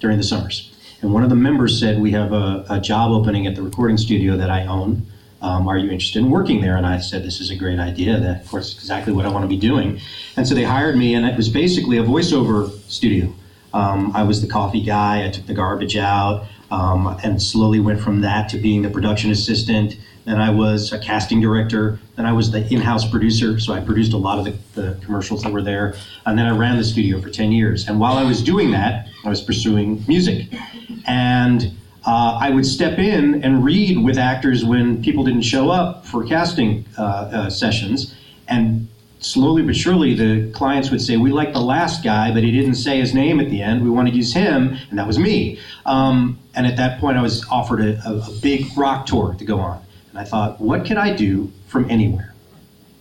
Speaker 20: during the summers. And one of the members said, "We have a, a job opening at the recording studio that I own. Um, are you interested in working there?" And I said, "This is a great idea. That of course is exactly what I want to be doing." And so they hired me, and it was basically a voiceover studio. Um, I was the coffee guy. I took the garbage out, um, and slowly went from that to being the production assistant. Then I was a casting director. Then I was the in-house producer, so I produced a lot of the, the commercials that were there. And then I ran the studio for ten years. And while I was doing that, I was pursuing music, and uh, I would step in and read with actors when people didn't show up for casting uh, uh, sessions, and slowly but surely the clients would say, "We like the last guy, but he didn't say his name at the end. We want to use him," and that was me. Um, and at that point, I was offered a, a, a big rock tour to go on, and I thought, "What can I do from anywhere?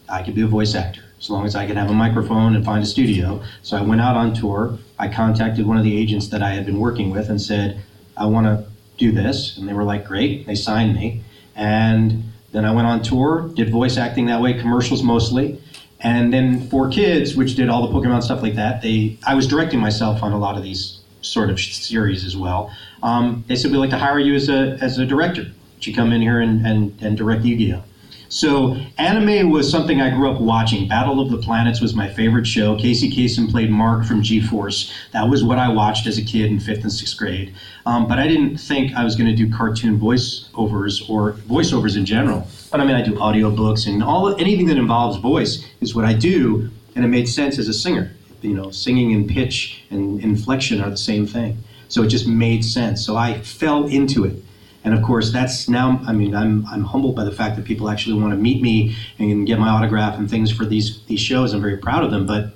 Speaker 20: I could be a voice actor." As long as I could have a microphone and find a studio. So I went out on tour. I contacted one of the agents that I had been working with and said, I want to do this. And they were like, great. They signed me. And then I went on tour, did voice acting that way, commercials mostly. And then for kids, which did all the Pokemon stuff like that, they I was directing myself on a lot of these sort of sh- series as well. Um, they said we'd like to hire you as a as a director. Would you come in here and and, and direct Yu-Gi-Oh? So anime was something I grew up watching. Battle of the Planets was my favorite show. Casey Kasem played Mark from G-Force. That was what I watched as a kid in fifth and sixth grade. Um, but I didn't think I was going to do cartoon voiceovers or voiceovers in general. But I mean, I do audiobooks and all anything that involves voice is what I do, and it made sense as a singer. You know, singing and pitch and inflection are the same thing. So it just made sense. So I fell into it. And of course, that's now. I mean, I'm I'm humbled by the fact that people actually want to meet me and get my autograph and things for these these shows. I'm very proud of them, but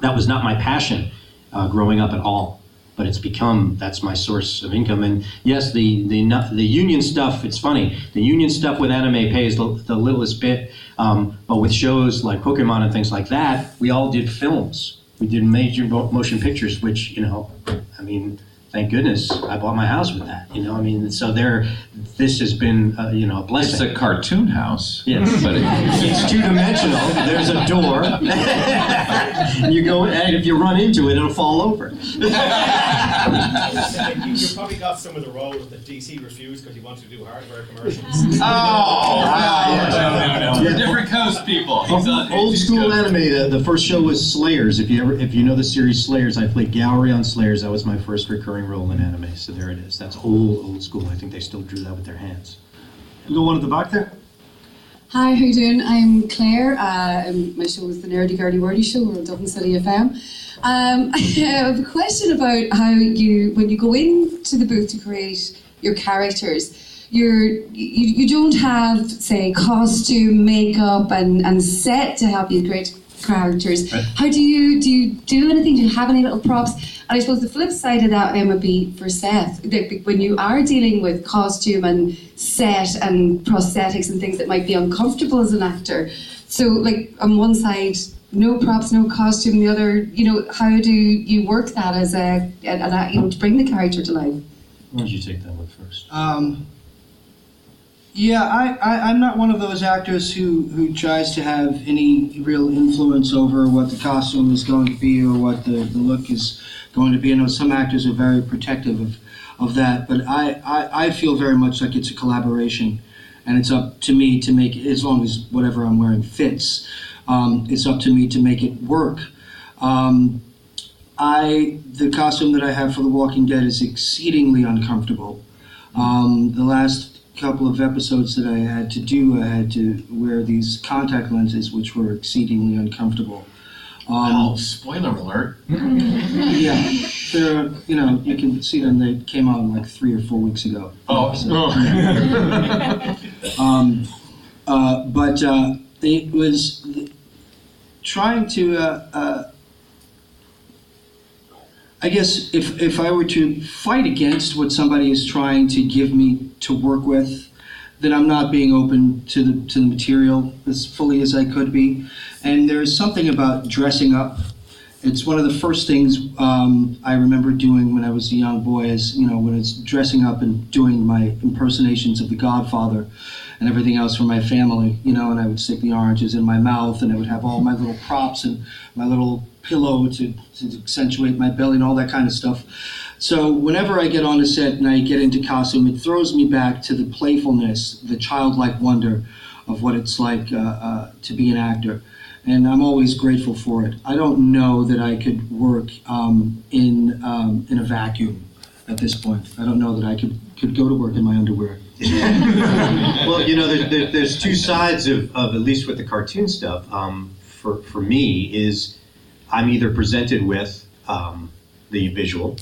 Speaker 20: that was not my passion uh, growing up at all. But it's become that's my source of income. And yes, the the no- the union stuff. It's funny. The union stuff with anime pays the, the littlest bit. Um, but with shows like Pokemon and things like that, we all did films. We did major mo- motion pictures, which you know, I mean, thank goodness I bought my house with that. You know, I mean, so there, this has been uh, you know a blessing. It's a cartoon house. Yes,
Speaker 21: But it-
Speaker 20: it's two dimensional. There's a door. you go, and if you run into it, it'll fall over.
Speaker 22: you, you probably got some of the roles that DC refused because he wanted to do hardware commercials.
Speaker 5: Oh,
Speaker 22: no, no, no. Yeah. different uh, coast people.
Speaker 20: Old, old school anime. The, the first show was Slayers. If you ever, if you know the series Slayers, I played Gowrie on Slayers. That was my first recurring role in anime. So there it is. That's old, old school. I think they still drew that with their hands. You got one at the back there.
Speaker 23: Hi, how you doing? I'm Claire. Uh, and my show is the Nerdy Girly Wordy Show. We're on Dublin City FM. Um, I have a question about how you, when you go into the booth to create your characters, you're, you, you don't have, say, costume, makeup, and, and set to help you create characters. How do you do you do anything? Do you have any little props? And I suppose the flip side of that then would be for Seth. Like, when you are dealing with costume and set and prosthetics and things that might be uncomfortable as an actor. So like on one side, no props, no costume. The other, you know, how do you work that as a, a, a you know to bring the character to life?
Speaker 20: Why don't you take that one first?
Speaker 24: Um, yeah, I, I, I'm not one of those actors who, who tries to have any real influence over what the costume is going to be or what the, the look is going to be. I know some actors are very protective of, of that, but I, I, I feel very much like it's a collaboration, and it's up to me to make as long as whatever I'm wearing fits. Um, it's up to me to make it work. Um, I the costume that I have for The Walking Dead is exceedingly uncomfortable. Um, the last couple of episodes that I had to do, I had to wear these contact lenses, which were exceedingly uncomfortable. Um, oh, spoiler alert! yeah, they're you know you can see them. They came out like three or four weeks ago.
Speaker 22: Oh.
Speaker 24: um, uh, but uh, it was th- trying to, uh, uh, I guess, if, if I were to fight against what somebody is trying to give me to work with, then I'm not being open to the, to the material as fully as I could be. And there's something about dressing up. It's one of the first things um, I remember doing when I was a young boy, is you know, when it's dressing up and doing my impersonations of the Godfather and everything else for my family, you know, and I would stick the oranges in my mouth and I would have all my little props and my little pillow to, to accentuate my belly and all that kind of stuff. So whenever I get on a set and I get into costume, it throws me back to the playfulness, the childlike wonder of what it's like uh, uh, to be an actor. And I'm always grateful for it. I don't know that I could work um, in, um, in a vacuum at this point. I don't know that I could, could go to work in my underwear.
Speaker 20: well, you know, there, there, there's two sides of, of at least with the cartoon stuff. Um, for for me, is I'm either presented with um, the visual.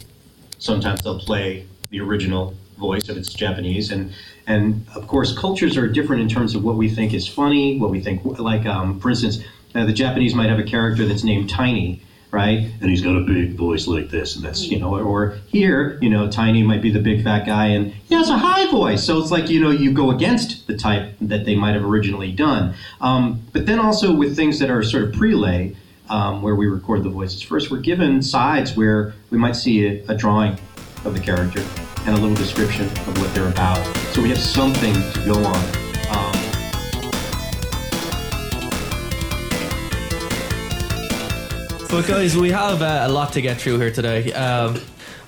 Speaker 20: Sometimes they'll play the original voice if it's Japanese, and and of course cultures are different in terms of what we think is funny, what we think like um, for instance, uh, the Japanese might have a character that's named Tiny, right? And he's got a big voice like this, and that's you know, or here, you know, Tiny might be the big fat guy, and he has a high voice, so it's like you know, you go against the type that they might have originally done. Um, but then also with things that are sort of prelay, um, where we record the voices first, we're given sides where we might see a, a drawing of the character and a little description of what they're about, so we have something to go on. Um,
Speaker 11: But guys, we have uh, a lot to get through here today. Um,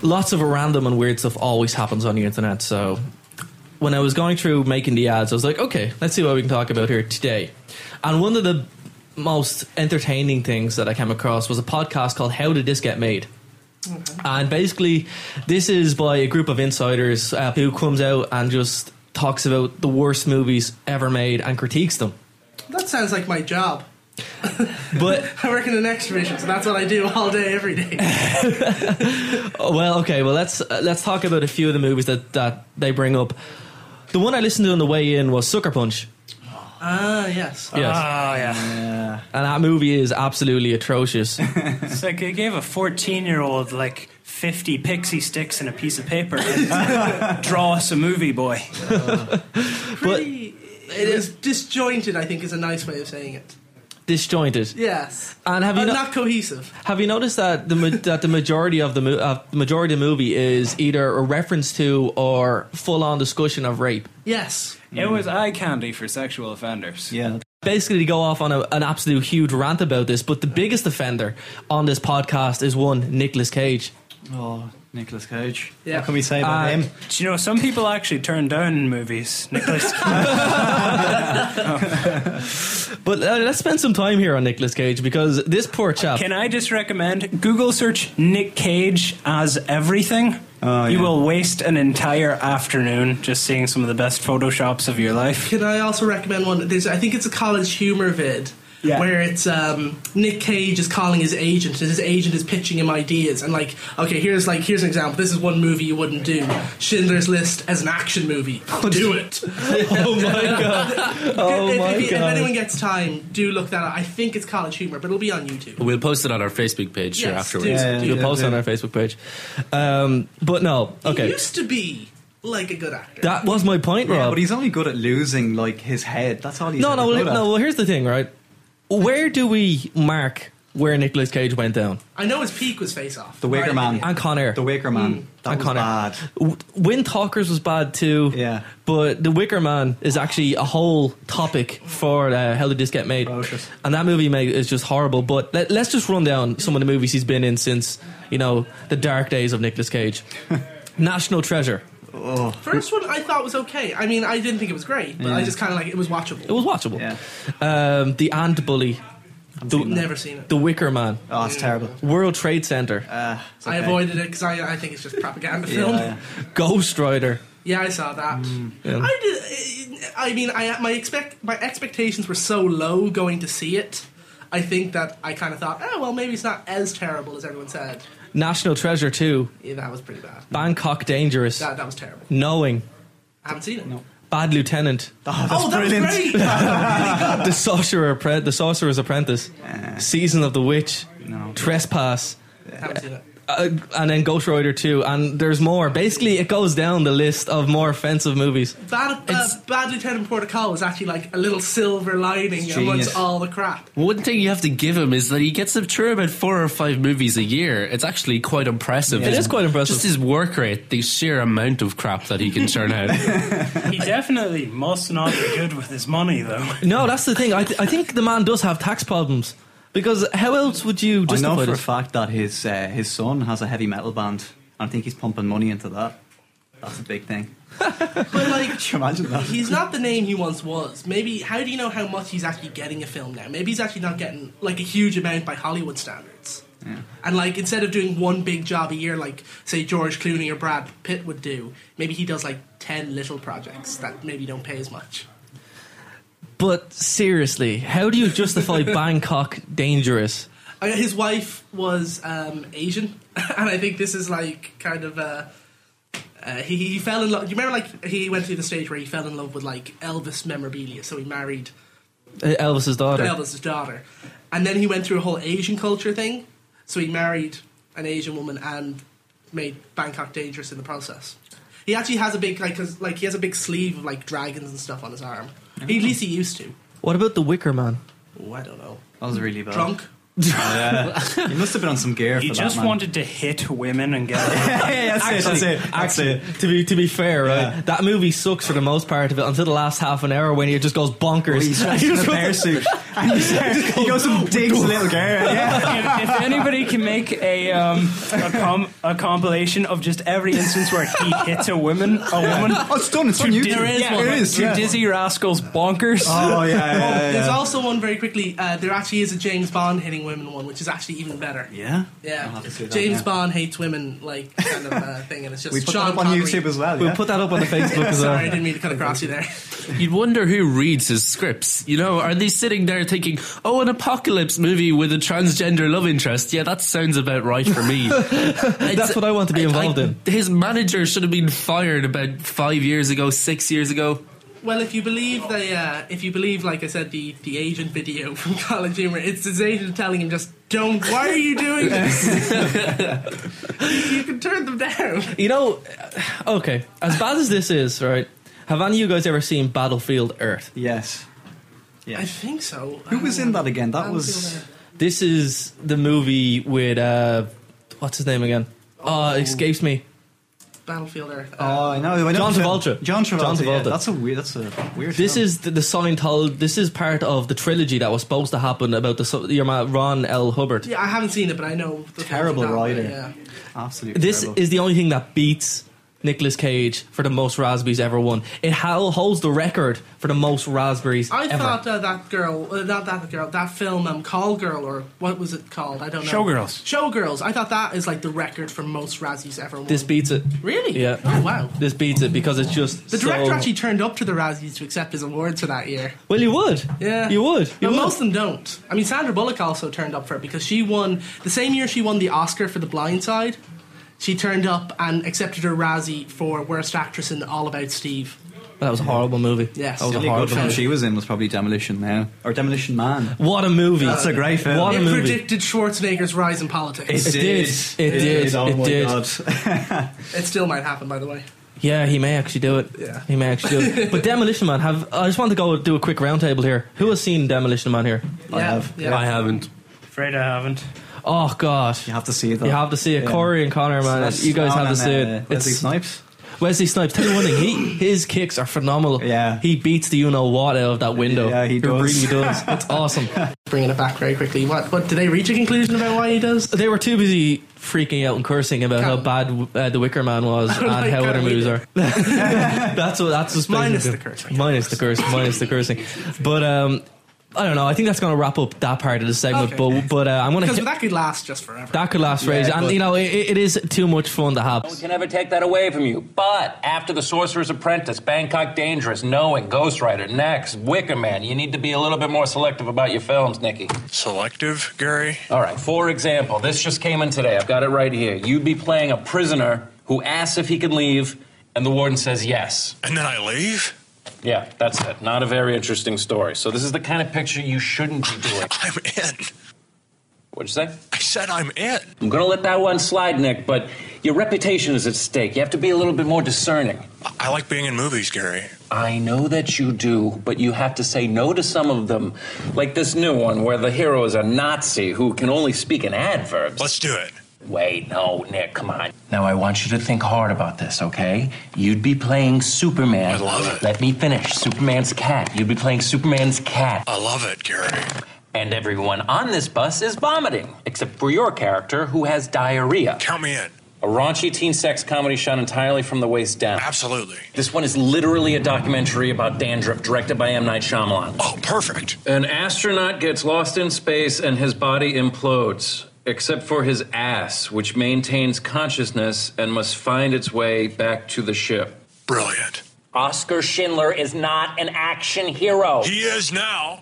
Speaker 11: lots of random and weird stuff always happens on the internet. So when I was going through making the ads, I was like, okay, let's see what we can talk about here today. And one of the most entertaining things that I came across was a podcast called "How Did This Get Made." And basically, this is by a group of insiders uh, who comes out and just talks about the worst movies ever made and critiques them.
Speaker 2: That sounds like my job.
Speaker 11: But
Speaker 2: I work in an exhibition, so that's what I do all day, every day.
Speaker 11: Oh, well, okay. Well, let's uh, let's talk about a few of the movies that that they bring up. The one I listened to on the way in was Sucker Punch.
Speaker 2: Ah, yes.
Speaker 11: Yes.
Speaker 3: Uh,
Speaker 2: Ah,
Speaker 11: yeah. And that movie is absolutely atrocious.
Speaker 3: It's like they gave a 14 year old like 50 pixie sticks and a piece of paper. And draw us a movie, boy.
Speaker 2: Pretty. it is disjointed. I think is a nice way of saying it.
Speaker 11: Disjointed.
Speaker 2: Yes.
Speaker 11: And have you
Speaker 2: Uh,
Speaker 11: no-
Speaker 2: not cohesive?
Speaker 11: Have you noticed that the ma- that the majority of the mo- uh, the majority of the movie is either a reference to or full on discussion of rape?
Speaker 2: Yes.
Speaker 3: It was eye candy for sexual offenders.
Speaker 11: Yeah. Basically, they go off on a, an absolute huge rant about this, but the biggest offender on this podcast is one Nicolas Cage.
Speaker 13: Oh, Nicholas Cage.
Speaker 11: Yeah.
Speaker 13: What can we say about him?
Speaker 3: Uh, Do you know some people actually turn down movies? Nicholas.
Speaker 11: But uh, let's spend some time here on Nicolas Cage because this poor chap.
Speaker 3: Can I just recommend Google search Nick Cage as everything? You
Speaker 11: Oh, yeah.
Speaker 3: will waste an entire afternoon just seeing some of the best photoshops of your life.
Speaker 2: Can I also recommend one? There's, I think it's a college humor vid. Where it's um, Nick Cage is calling his agent, and his agent is pitching him ideas, and like, okay, here's like here's an example. This is one movie you wouldn't do: Schindler's List as an action movie. Do it.
Speaker 11: oh my God. Oh
Speaker 2: if,
Speaker 11: my
Speaker 2: if, if
Speaker 11: God.
Speaker 2: anyone gets time, do look that up. I think it's college humor, but it'll be on YouTube.
Speaker 11: We'll post it on our Facebook page
Speaker 2: here Yes, afterwards. do, do,
Speaker 11: we'll
Speaker 2: do.
Speaker 11: post it on our Facebook page. Um, but no, okay.
Speaker 2: He used to be like a good actor.
Speaker 11: That was my point,
Speaker 13: Yeah,
Speaker 11: Rob.
Speaker 13: but he's only good at losing like his head. That's all he's
Speaker 11: no,
Speaker 13: ever
Speaker 11: no, well,
Speaker 13: good at.
Speaker 11: no. Well, here's the thing, right? Where do we mark where Nicolas Cage went down?
Speaker 2: I know his peak was Face Off.
Speaker 11: The Wicker Man and Connor. The
Speaker 13: Wicker Man.
Speaker 11: That was bad. Wind Talkers was bad too. Yeah, but The Wicker Man is actually a whole topic for uh, how did this get made? And that movie made is just horrible. But let, let's just run down some of the movies he's been in since you know the dark days of Nicolas Cage. National Treasure. Oh.
Speaker 2: First one I thought was okay. I mean, I didn't think it was great, but I
Speaker 11: Yeah.
Speaker 2: just kind of like it was watchable.
Speaker 11: It was watchable. Um, the Ant Bully. The,
Speaker 2: Never seen it.
Speaker 11: The Wicker Man.
Speaker 13: Oh, it's terrible.
Speaker 11: World Trade Center.
Speaker 2: I avoided it because I, I think it's just propaganda film. Uh, Yeah,
Speaker 11: Ghost Rider.
Speaker 2: I saw that.
Speaker 11: Yeah.
Speaker 2: I did. I mean, I my expect my expectations were so low going to see it. I think that I kind of thought, oh well, maybe it's not as terrible as everyone said.
Speaker 11: National Treasure 2.
Speaker 2: Yeah, that was pretty bad.
Speaker 11: Bangkok Dangerous.
Speaker 2: That, that was terrible.
Speaker 11: Knowing.
Speaker 2: I haven't seen it. No.
Speaker 11: Bad Lieutenant.
Speaker 2: oh, that was great.
Speaker 11: the Sorcerer, Appre- the Sorcerer's Apprentice, Season of the Witch, Trespass, uh, and then Ghost Rider 2, and there's more. Basically, it goes down the list of more offensive movies.
Speaker 2: Bad, uh, Bad Lieutenant Protocol was actually like a little silver lining
Speaker 12: genius.
Speaker 2: amongst all the crap.
Speaker 12: One thing you have to give him is that he gets up to about four or five movies a year. It's actually quite impressive.
Speaker 11: Yeah. It is quite impressive.
Speaker 12: Just his work rate, the sheer amount of crap that he can churn out.
Speaker 3: He definitely must not be good with his money, though.
Speaker 11: No, that's the thing. I, th- I think the man does have tax problems. Because how else would you
Speaker 13: I
Speaker 11: justify
Speaker 13: know for a
Speaker 11: this?
Speaker 13: fact that his uh, his son has a heavy metal band. and I think he's pumping money into that. That's a big thing.
Speaker 2: But like,
Speaker 13: Can you imagine that?
Speaker 2: he's not the name he once was. Maybe how do you know how much he's actually getting a film now? Maybe he's actually not getting like a huge amount by Hollywood standards. And like instead of doing one big job a year, like say George Clooney or Brad Pitt would do, maybe he does like ten little projects that maybe don't pay as much.
Speaker 11: But seriously, how do you justify Bangkok Dangerous?
Speaker 2: Uh, His wife was um, Asian, and I think this is like kind of uh, uh, he, he fell in love. You remember, like he went through the stage where he fell in love with like Elvis memorabilia, so he married
Speaker 11: Uh, Elvis's daughter.
Speaker 2: Elvis's daughter, and then he went through a whole Asian culture thing, so he married an Asian woman and made Bangkok dangerous in the process. He actually has a big like 'cause, like he has a big sleeve of like dragons and stuff on his arm. At
Speaker 11: Oh.
Speaker 2: least he used to.
Speaker 11: What about the Wicker Man?
Speaker 2: Oh, I don't know.
Speaker 13: That was really bad.
Speaker 2: Drunk.
Speaker 13: yeah. He must have been on some gear
Speaker 3: He
Speaker 13: for
Speaker 3: just
Speaker 13: that. Man.
Speaker 3: wanted to hit women and get.
Speaker 13: Yeah, that's it, that's
Speaker 11: Actually-
Speaker 13: it, that's
Speaker 11: actually,
Speaker 13: it.
Speaker 11: To be to be fair, right? That movie sucks for the most part of it until the last half an hour when he just goes bonkers.
Speaker 13: He's dressed
Speaker 11: He
Speaker 13: in a
Speaker 11: just goes-
Speaker 13: bear suit. And he's, he goes and digs a little girl. Yeah.
Speaker 3: If, if anybody can make a um, a, com- a compilation of just every instance where he hits a woman, a woman.
Speaker 13: Oh, it's done. It's on YouTube.
Speaker 3: There is
Speaker 13: Yeah,
Speaker 3: one.
Speaker 13: it is,
Speaker 3: Two
Speaker 13: yeah. Oh,
Speaker 3: dizzy rascals bonkers.
Speaker 2: Well, There's also one very quickly. Uh, there actually is a James Bond hitting women one, which is actually even better.
Speaker 13: Yeah? I'll
Speaker 2: Yeah,
Speaker 13: have to see that,
Speaker 2: James
Speaker 13: yeah.
Speaker 2: Bond hates women, like kind of uh, thing, and it's just
Speaker 13: We put
Speaker 2: Sean
Speaker 13: that up on
Speaker 2: Connery.
Speaker 13: YouTube as well, We'll yeah? put that up on the
Speaker 12: Facebook as well.
Speaker 2: Sorry, I didn't mean to cut across you there.
Speaker 12: You'd wonder who reads his scripts. You know, are they sitting there thinking, "Oh, an apocalypse movie with a transgender love interest? Yeah, that sounds about right for me."
Speaker 11: That's what I want to be involved in.
Speaker 12: His manager should have been fired about five years ago, six years ago.
Speaker 2: Well, if you believe the, uh, if you believe, like I said, the the agent video from College Humor, it's his agent telling him just don't. Why are you doing this? you can turn them down.
Speaker 11: You know, okay. As bad as this is, right? Have any of you guys ever seen Battlefield Earth?
Speaker 13: Yes.
Speaker 2: I think so.
Speaker 13: Who was in that again? That
Speaker 2: Battlefield
Speaker 13: was.
Speaker 2: Earth.
Speaker 11: This is the movie with uh, what's his name again? Oh, it escapes me.
Speaker 2: Battlefield
Speaker 3: uh,
Speaker 2: Earth.
Speaker 13: Oh, I know. I know
Speaker 11: John
Speaker 13: the film.
Speaker 11: Travolta.
Speaker 13: John Travolta.
Speaker 11: John
Speaker 13: yeah.
Speaker 11: Travolta.
Speaker 13: that's a weird. That's a weird.
Speaker 11: This
Speaker 13: film.
Speaker 11: is the, the Scientology. This is part of the trilogy that was supposed to happen about the so- your man Ron L. Hubbard.
Speaker 2: Yeah, I haven't seen it, but I know the
Speaker 11: Terrible
Speaker 2: film's about it,
Speaker 11: writer.
Speaker 2: Yeah.
Speaker 13: absolutely.
Speaker 11: This is the only thing that beats Nicolas Cage for the most raspberries ever won. It hol- holds the record for the most raspberries
Speaker 2: I
Speaker 11: ever.
Speaker 2: thought uh, that girl, uh, not that girl, that film, um, Call Girl, or what was it called? I don't know.
Speaker 11: Showgirls.
Speaker 2: Showgirls. I thought that is like the record for most Razzies ever won.
Speaker 11: this beats it.
Speaker 2: Really?
Speaker 11: Yeah.
Speaker 2: Oh, wow.
Speaker 11: This beats it because it's just
Speaker 2: The director
Speaker 11: so-
Speaker 2: actually turned up to the Razzies to accept his awards for that year.
Speaker 11: Well, you would.
Speaker 2: Yeah.
Speaker 11: You would. You
Speaker 2: No,
Speaker 11: would.
Speaker 2: most of them don't. I mean, Sandra Bullock also turned up for it because she won the same year she won the Oscar for The Blind Side. She turned up and accepted her Razzie for Worst Actress in All About Steve.
Speaker 11: That was a horrible movie.
Speaker 2: Yes.
Speaker 11: that was
Speaker 13: the
Speaker 11: a
Speaker 13: only
Speaker 11: horrible
Speaker 13: good film
Speaker 11: movie.
Speaker 13: she was in was probably Demolition Now or Demolition Man.
Speaker 11: What a movie!
Speaker 13: That's a great film.
Speaker 11: What a
Speaker 2: it
Speaker 11: movie!
Speaker 2: predicted Schwarzenegger's rise in politics.
Speaker 11: It It did. did. It It did. did. Oh It my did. God.
Speaker 2: it still might happen, by the way.
Speaker 11: yeah, he may actually do it.
Speaker 2: Yeah.
Speaker 11: he may actually do it. But Demolition Man, have I just want to go do a quick roundtable here. Who has seen Demolition Man here?
Speaker 2: I have. yeah. I
Speaker 12: haven't.
Speaker 3: Afraid I haven't.
Speaker 11: Oh God,
Speaker 13: you have to see it. though.
Speaker 11: You have to see it.
Speaker 13: Yeah.
Speaker 11: Corey and Connor, man,
Speaker 13: That's
Speaker 11: you guys
Speaker 13: Sloan
Speaker 11: have
Speaker 13: and,
Speaker 11: to see it.
Speaker 13: uh, Wesley Snipes.
Speaker 11: Wesley Snipes, tell you one thing, he, his kicks are phenomenal. Yeah, he beats the you know what out of that window. Yeah, he
Speaker 13: does.
Speaker 11: really does. It's awesome.
Speaker 2: Bringing it back very quickly. What? What? Did they reach a conclusion about why he does?
Speaker 11: They were too busy freaking out and cursing about how bad uh, the Wicker Man was and
Speaker 2: Like,
Speaker 11: how other
Speaker 2: can't
Speaker 11: movies
Speaker 2: we-
Speaker 11: are. that's what that's what's
Speaker 2: Minus
Speaker 11: basically-
Speaker 2: the cursing.
Speaker 11: minus the curse, minus the cursing. But um, I don't know. I think that's going to wrap up that part of the segment.
Speaker 2: Okay.
Speaker 11: But but uh, I'm going
Speaker 2: Because
Speaker 11: to
Speaker 2: that could last just forever.
Speaker 11: that could last for ages. and you know it, it is too much fun to have.
Speaker 4: We can never take that away from you. But after The Sorcerer's Apprentice, Bangkok Dangerous, Knowing, Ghost Rider, Next, Wicker Man, you need to be a little bit more selective about your films, Nikki. Selective, Gary? All right, for example, this just came in today. I've got it right here. You'd be playing a prisoner who asks if he can leave, and the warden says yes.
Speaker 8: And then I leave?
Speaker 4: Yeah, that's it. Not a very interesting story. So this is the kind of picture you shouldn't be doing. I'm in. What'd you say? I said I'm in. I'm gonna let that one slide, Nick, but your reputation is at stake. You have to be a little bit more discerning. I like being in movies, Gary. I know that you do, but you have to say no to some of them. Like this new one where the hero is a Nazi who can only speak in adverbs. Let's do it. Wait, no, Nick, come on. Now I want you to think hard about this, okay? You'd be playing Superman. I love it. Let me finish. Superman's cat. You'd be playing Superman's cat. I love it, Gary. And everyone on this bus is vomiting, except for your character who has diarrhea. Count me in. A raunchy teen sex comedy shot entirely from the waist down. Absolutely. This one is literally a documentary about dandruff, directed by M. Night Shyamalan. Oh, perfect. An astronaut gets lost in space and his body implodes, except for his ass, which maintains consciousness and must find its way back to the ship. Brilliant. Oscar Schindler is not an action hero. He is now.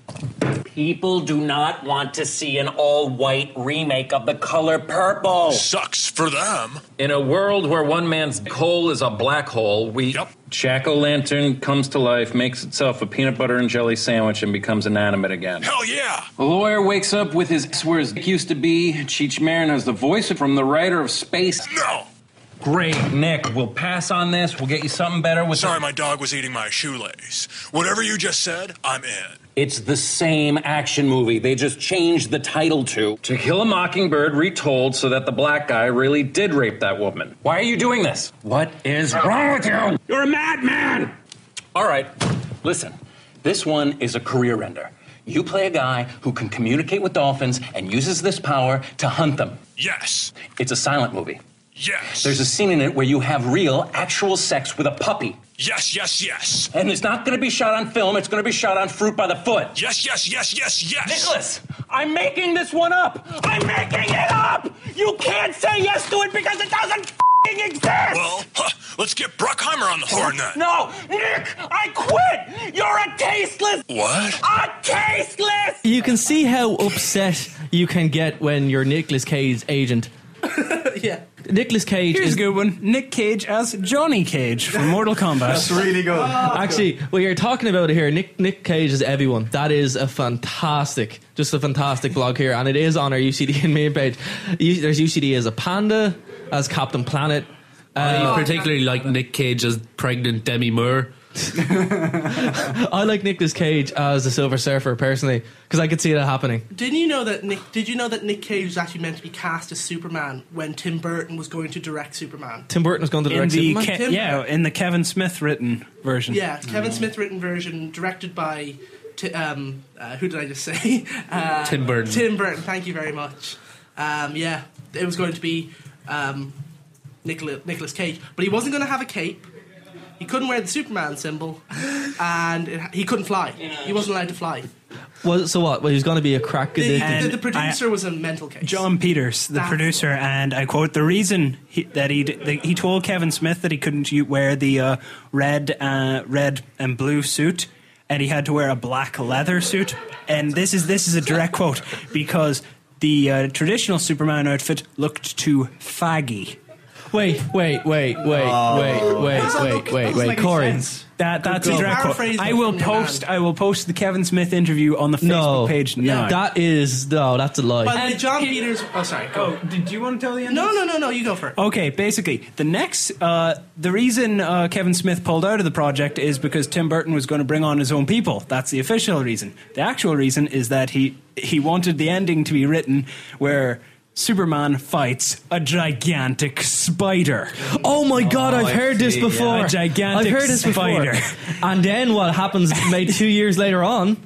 Speaker 4: People do not want to see an all white remake of The Color Purple. Sucks for them. In a world where one man's hole is a black hole, we. Jack o' lantern comes to life, makes itself a peanut butter and jelly sandwich, and becomes inanimate again. Hell yeah! A lawyer wakes up with his ass where his dick used to be. Cheech Marin has the voice from the writer of Space. No! Great, Nick. We'll pass on this. We'll get you something better with.
Speaker 5: Sorry, my dog was eating my shoelace. Whatever you just said, I'm in.
Speaker 4: It's the same action movie. They just changed the title to To Kill a Mockingbird Retold so that the black guy really did rape that woman. Why are you doing this? What is wrong with you? You're a madman! All right, listen. This one is a career ender. You play a guy who can communicate with dolphins and uses this power to hunt them. Yes. It's a silent movie. Yes. There's a scene in it where you have real, actual sex with a puppy.
Speaker 5: Yes, yes, yes.
Speaker 4: And it's not going to be shot on film, it's going to be shot on fruit by the foot.
Speaker 5: Yes, yes, yes, yes, yes.
Speaker 4: Nicholas, I'm making this one up. I'm making it up. You can't say yes to it because it doesn't fing exist.
Speaker 5: Well, huh, let's get Bruckheimer on the horn then.
Speaker 4: No, Nick, I quit. You're a tasteless.
Speaker 5: What?
Speaker 4: A tasteless.
Speaker 11: You can see how upset you can get when you're Nicolas Cage agent.
Speaker 2: yeah.
Speaker 11: Nicolas Cage.
Speaker 8: Here's
Speaker 11: is,
Speaker 8: a good one. Nick Cage as Johnny Cage from Mortal Kombat.
Speaker 3: Ah.
Speaker 11: Actually, what you're talking about here, Nick Nick Cage is everyone. That is a fantastic, just a fantastic blog here, and it is on our UCD and main page. U- There's UCD as a panda, as Captain Planet. Uh,
Speaker 12: I particularly like Nick Cage as pregnant Demi Moore.
Speaker 11: I like Nicolas Cage as the Silver Surfer personally because I could see that happening.
Speaker 2: Didn't you know that Nick? Did you know that Nick Cage was actually meant to be cast as Superman when Tim Burton was going to direct Superman?
Speaker 11: Tim Burton was going to
Speaker 3: In
Speaker 11: direct
Speaker 3: the
Speaker 11: Superman?
Speaker 3: Ke-
Speaker 2: Tim-
Speaker 3: yeah, in the Kevin Smith written version.
Speaker 2: Yeah,
Speaker 12: Mm.
Speaker 2: it's Kevin
Speaker 13: Mm.
Speaker 2: Smith written version, directed by Ti- um, uh, who did I just say? Uh,
Speaker 12: Tim Burton.
Speaker 2: Tim Burton. Thank you very much. Um, yeah, it was going to be um, Nicola, Nicolas Cage, but he wasn't going to have a cape. He couldn't wear the Superman symbol, and it, he couldn't fly. He wasn't allowed to fly.
Speaker 11: Well, so what? Well, he was going to be a crack
Speaker 2: The,
Speaker 11: addict.
Speaker 2: the- the producer was a mental case.
Speaker 3: John Peters, the
Speaker 2: That-
Speaker 3: producer, and I quote: "The reason he, that he that he told Kevin Smith that he couldn't u- wear the uh, red, uh, red and blue suit, and he had to wear a black leather suit, and this is this is a direct quote because the uh, traditional Superman outfit looked too faggy."
Speaker 11: Wait, wait, wait, wait, wait, wait,
Speaker 3: Doesn't
Speaker 11: wait,
Speaker 3: look-
Speaker 11: wait,
Speaker 3: doesn't
Speaker 11: wait,
Speaker 3: make any
Speaker 11: Corey.
Speaker 3: sense. That that's a
Speaker 11: Good
Speaker 3: direct
Speaker 11: call.
Speaker 3: quote. I will post. I will post the Kevin Smith interview on the Facebook page now.
Speaker 11: That is no, that's a lie.
Speaker 2: But the John Peters. Oh, sorry. Go.
Speaker 3: Oh, did you want to tell the end?
Speaker 2: No, no, no, no. You go for it.
Speaker 3: Okay, basically, the next, uh, the reason uh, Kevin Smith pulled out of the project is because Tim Burton was going to bring on his own people. That's the official reason. The actual reason is that he he wanted the ending to be written where Superman fights a gigantic spider.
Speaker 11: Oh my god, I've heard this before.
Speaker 3: A gigantic
Speaker 11: I've heard this
Speaker 3: spider.
Speaker 11: before. And then what happens maybe two years later on?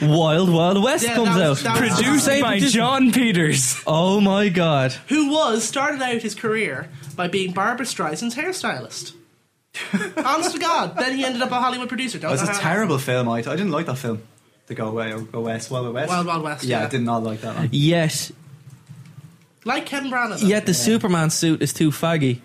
Speaker 11: Wild Wild West
Speaker 2: Yeah,
Speaker 11: comes
Speaker 2: that was-
Speaker 11: out.
Speaker 2: that was- Produced
Speaker 11: Same
Speaker 2: by
Speaker 3: John Peters.
Speaker 11: Oh my god.
Speaker 2: who was started out his career by being Barbara Streisand's hairstylist. Honest to God, then he ended up a Hollywood producer.
Speaker 13: It
Speaker 2: Don't
Speaker 13: was
Speaker 2: know
Speaker 13: Oh, a
Speaker 2: how-
Speaker 13: terrible film. I, I didn't like that film. The Go Away, Go West, Wild Wild West.
Speaker 2: Wild Wild West,
Speaker 13: Yeah,
Speaker 2: yeah.
Speaker 13: I did not like that. One.
Speaker 11: Yes.
Speaker 2: Like Kevin Branagh. though.
Speaker 11: Yet the Superman suit is too faggy.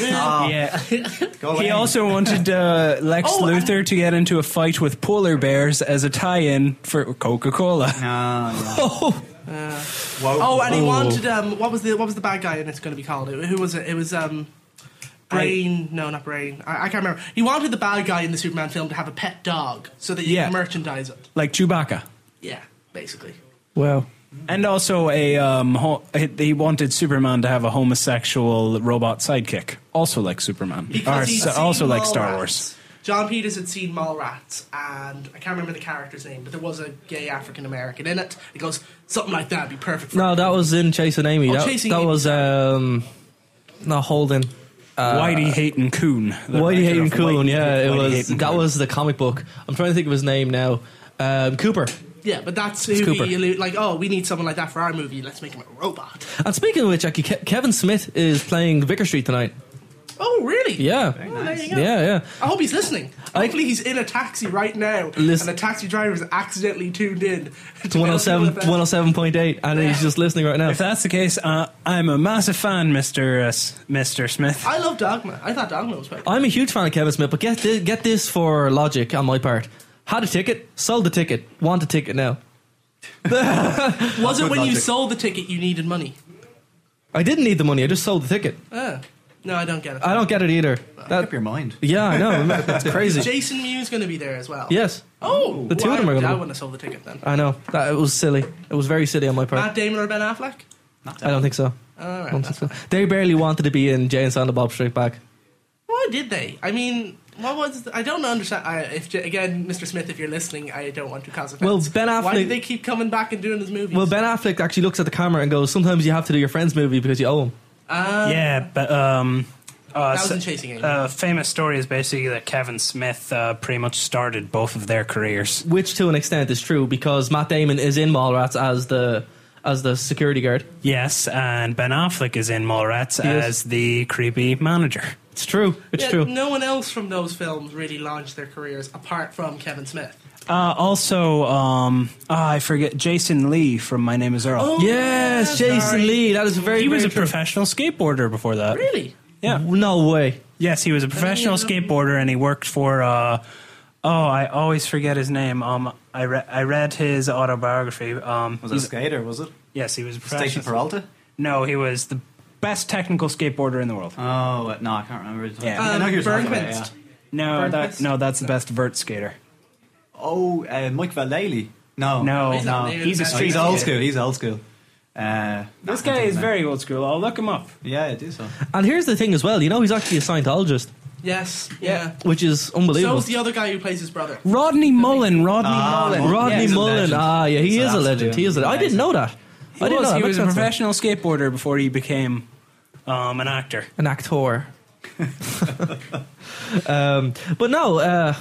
Speaker 3: Yeah. He also wanted uh, Lex
Speaker 2: Oh,
Speaker 3: Luthor to get into a fight with polar bears as a tie-in for Coca-Cola.
Speaker 2: Oh. oh, and he wanted um, what was the what was the bad guy? And it's going to be called. Who was it? It was um, Brain, no, not Brain. I, I can't remember. He wanted the bad guy in the Superman film to have a pet dog so that you
Speaker 3: Yeah.
Speaker 2: can merchandise it.
Speaker 3: like Chewbacca.
Speaker 2: Yeah, basically.
Speaker 3: Wow. And also a um, ho- he wanted Superman to have a homosexual robot sidekick, also like Superman,
Speaker 2: Because
Speaker 3: Or
Speaker 2: he'd
Speaker 3: so- also
Speaker 2: seen
Speaker 3: like Star
Speaker 2: Mallrats.
Speaker 3: Wars.
Speaker 2: John Peters had seen Mallrats, and I can't remember the character's name, but there was a gay African American in it. It goes something like that. Would be perfect. For
Speaker 11: No, that was in Chasing Amy.
Speaker 2: Oh,
Speaker 11: that
Speaker 2: Chasing
Speaker 11: that
Speaker 2: Amy,
Speaker 11: was um, not holding. Uh,
Speaker 3: Whitey Hayden Coon.
Speaker 11: Whitey Hayden Coon.
Speaker 3: Whitey-
Speaker 11: Yeah, it
Speaker 3: Whitey
Speaker 11: was.
Speaker 3: Hayden
Speaker 11: that was the comic book. I'm trying to think of his name now. Um, Cooper.
Speaker 2: Yeah, but that's
Speaker 11: It's
Speaker 2: who
Speaker 11: Cooper.
Speaker 2: we allude, like. Oh, we need someone like that for our movie. Let's make him a robot.
Speaker 11: And speaking of which, Jackie, Ke- Kevin Smith is playing Vicar Street tonight.
Speaker 2: Oh, really?
Speaker 11: Yeah.
Speaker 2: Oh, there you go.
Speaker 11: Yeah, yeah.
Speaker 2: I hope he's listening. Hopefully, he's in a taxi right now,
Speaker 11: Listen-
Speaker 2: and the taxi driver is accidentally tuned in.
Speaker 11: It's 107,
Speaker 2: Melville FM.
Speaker 11: 107.8, and he's just listening right now.
Speaker 3: If that's the case, uh, I'm a massive fan, Mister uh, S- Mister Smith.
Speaker 2: I love Dogma. I thought Dogma was better.
Speaker 11: I'm a huge fan of Kevin Smith, but get this, get this for logic on my part. Had a ticket, sold the ticket, want a ticket now.
Speaker 2: Was it
Speaker 11: Good
Speaker 2: when you
Speaker 11: logic.
Speaker 2: sold the ticket you needed money?
Speaker 11: I didn't need the money, I just sold the ticket.
Speaker 2: Ah. no, I don't get it.
Speaker 11: I don't get it either. That,
Speaker 13: your mind.
Speaker 11: Yeah, I know. That's crazy.
Speaker 2: Jason Mew's going to be there as well.
Speaker 11: Yes.
Speaker 2: Oh,
Speaker 11: The two of them are
Speaker 2: well, I-
Speaker 11: gonna
Speaker 2: I
Speaker 11: be-
Speaker 2: wouldn't have sold the ticket then.
Speaker 11: I know. That, it was silly. It was very silly on my part.
Speaker 2: Matt Damon or Ben Affleck?
Speaker 11: I don't think so.
Speaker 2: All
Speaker 11: I
Speaker 2: right.
Speaker 11: don't think so. They barely wanted to be in Jay and Silent Bob Straight Back.
Speaker 2: Why did they? I mean, what was? I don't understand. I, if J- again, Mr. Smith, if you're listening, I don't want to cause offense.
Speaker 11: Well, Ben
Speaker 2: Why
Speaker 11: Affleck-
Speaker 2: do they keep coming back and doing his movies?
Speaker 11: Well, Ben Affleck actually looks at the camera and goes, "Sometimes you have to do your friend's movie because you owe him."
Speaker 2: Um,
Speaker 3: yeah, but um, uh,
Speaker 2: That was
Speaker 3: so-
Speaker 2: in Chasing Amy.
Speaker 3: uh, famous story is basically that Kevin Smith uh, pretty much started both of their careers.
Speaker 11: Which, to an extent, is true because Matt Damon is in Mallrats as the as the security guard.
Speaker 3: Yes, and Ben Affleck is in Mallrats
Speaker 11: He is.
Speaker 3: as the creepy manager.
Speaker 11: It's true.
Speaker 2: Yeah, No one else from those films really launched their careers apart from Kevin Smith.
Speaker 3: Uh, also, um, ah, I forget Jason Lee from My Name Is Earl.
Speaker 2: Oh, Yes, yeah, Jason sorry.
Speaker 11: Lee. That is
Speaker 3: very. He was a professional skateboarder before that.
Speaker 2: Really?
Speaker 3: Yeah.
Speaker 11: No way.
Speaker 3: Yes, he was a professional skateboarder, and he worked for. Uh, oh, I always forget his name. Um, I re- I read his autobiography. Um,
Speaker 13: Was it a
Speaker 3: he's-
Speaker 13: skater, was it?
Speaker 3: Yes, he was a
Speaker 13: Stacy
Speaker 3: professional.
Speaker 13: Peralta?
Speaker 3: No, he was the best technical skateboarder in the world.
Speaker 13: Oh, uh, no, I can't remember. his-
Speaker 3: Yeah.
Speaker 13: I know who you're talking about, yeah.
Speaker 3: No, that, no, that's the best vert skater.
Speaker 13: Oh, uh, Mike Vallely. No.
Speaker 3: No, He's not
Speaker 13: no.
Speaker 3: near He's a the best. street
Speaker 13: He's Oh, old
Speaker 3: kid.
Speaker 13: school. He's old school. Uh,
Speaker 3: This guy is very old school. I'll look him up.
Speaker 13: yeah, I do so.
Speaker 11: And here's the thing as well. You know, he's actually a Scientologist,
Speaker 2: Yes. Yeah.
Speaker 11: which is
Speaker 2: So
Speaker 11: unbelievable.
Speaker 2: was the other guy who plays his brother.
Speaker 3: Rodney Mullen. Rodney
Speaker 11: Ah,
Speaker 3: Mullen.
Speaker 11: Rodney
Speaker 3: Yes.
Speaker 11: Mullen. Ah, yeah, he
Speaker 3: He's
Speaker 11: is a
Speaker 3: an
Speaker 11: legend. He is. A, I didn't know that.
Speaker 3: He
Speaker 11: I didn't
Speaker 3: was,
Speaker 11: know. that.
Speaker 3: he was a
Speaker 11: Makes sense.
Speaker 3: professional skateboarder before he became um, an actor.
Speaker 11: an actor. um, but no, uh,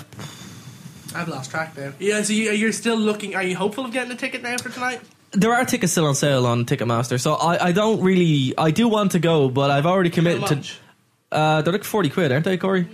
Speaker 2: I've lost track now. Yeah. So you, you're still looking. Are you hopeful of getting a ticket now for tonight?
Speaker 11: there are tickets still on sale on Ticketmaster, so I, I don't really. I do want to go, but I've already committed to. Uh, they're like forty quid, aren't they, Corey?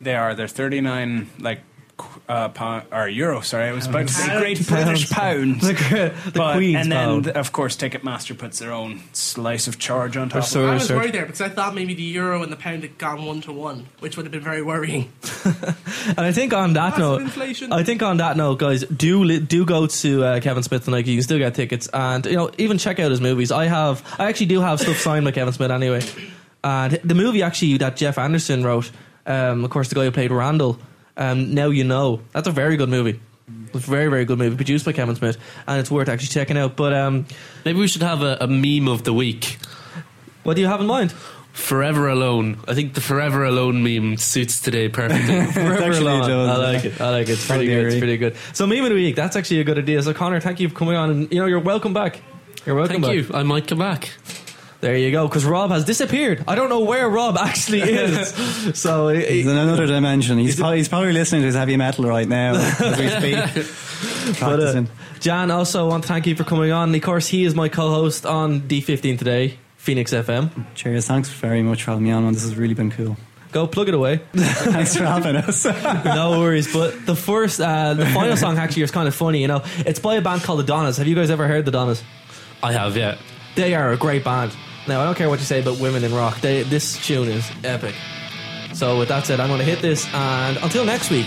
Speaker 3: They are. They're thirty nine like qu- uh, pound or euro. Sorry, I was about to say
Speaker 11: Pounds.
Speaker 3: Great British pounds.
Speaker 11: the
Speaker 3: But-
Speaker 11: Queen's
Speaker 3: and then
Speaker 11: pound.
Speaker 3: th- of course Ticketmaster puts their own slice of charge on top. of
Speaker 2: I
Speaker 3: it.
Speaker 2: was worried there because I thought maybe the euro and the pound had gone one to one, which would have been very worrying.
Speaker 11: And I think on
Speaker 2: Massive
Speaker 11: that note,
Speaker 2: inflation.
Speaker 11: I think on that note, guys, do li- do go to uh, Kevin Smith tonight. You can still get tickets, and you know even check out his movies. I have, I actually do have stuff signed by Kevin Smith anyway. And the movie actually that Jeff Anderson wrote, um, of course, the guy who played Randall. Um, now you know that's a very good movie. It's a very very good movie produced by Kevin Smith, and it's worth actually checking out. But um,
Speaker 12: maybe we should have a, a meme of the week.
Speaker 11: What do you have in mind?
Speaker 12: Forever alone. I think the forever alone meme suits today perfectly.
Speaker 11: Forever Alone. I like it. I like it. It's pretty good. It's pretty good. So meme of the week. That's actually a good idea. So Connor, thank you for coming on. And you know, you're welcome back. You're
Speaker 12: Thank
Speaker 11: welcome. back.
Speaker 12: you. I might come back.
Speaker 11: There you go. Because Rob has disappeared. I don't know where Rob actually is. so
Speaker 13: He's in another dimension. He's, probably, he's probably listening to his heavy metal right now as we speak.
Speaker 11: But, uh,
Speaker 13: Practicing.
Speaker 11: Jan, also want to thank you for coming on. Of course, he is my co-host on D15 today, Phoenix FM.
Speaker 13: Cheers. Thanks very much for having me on. man. This has really been cool.
Speaker 11: Go plug it away.
Speaker 13: Thanks for having us.
Speaker 11: no worries. But the first, uh, the final song actually is kind of funny. You know, it's by a band called the Donnas. Have you guys ever heard the Donnas?
Speaker 12: I have, yeah.
Speaker 11: They are a great band. Now I don't care what you say about women in rock. They, this tune is epic. So with that said, I'm going to hit this, and until next week,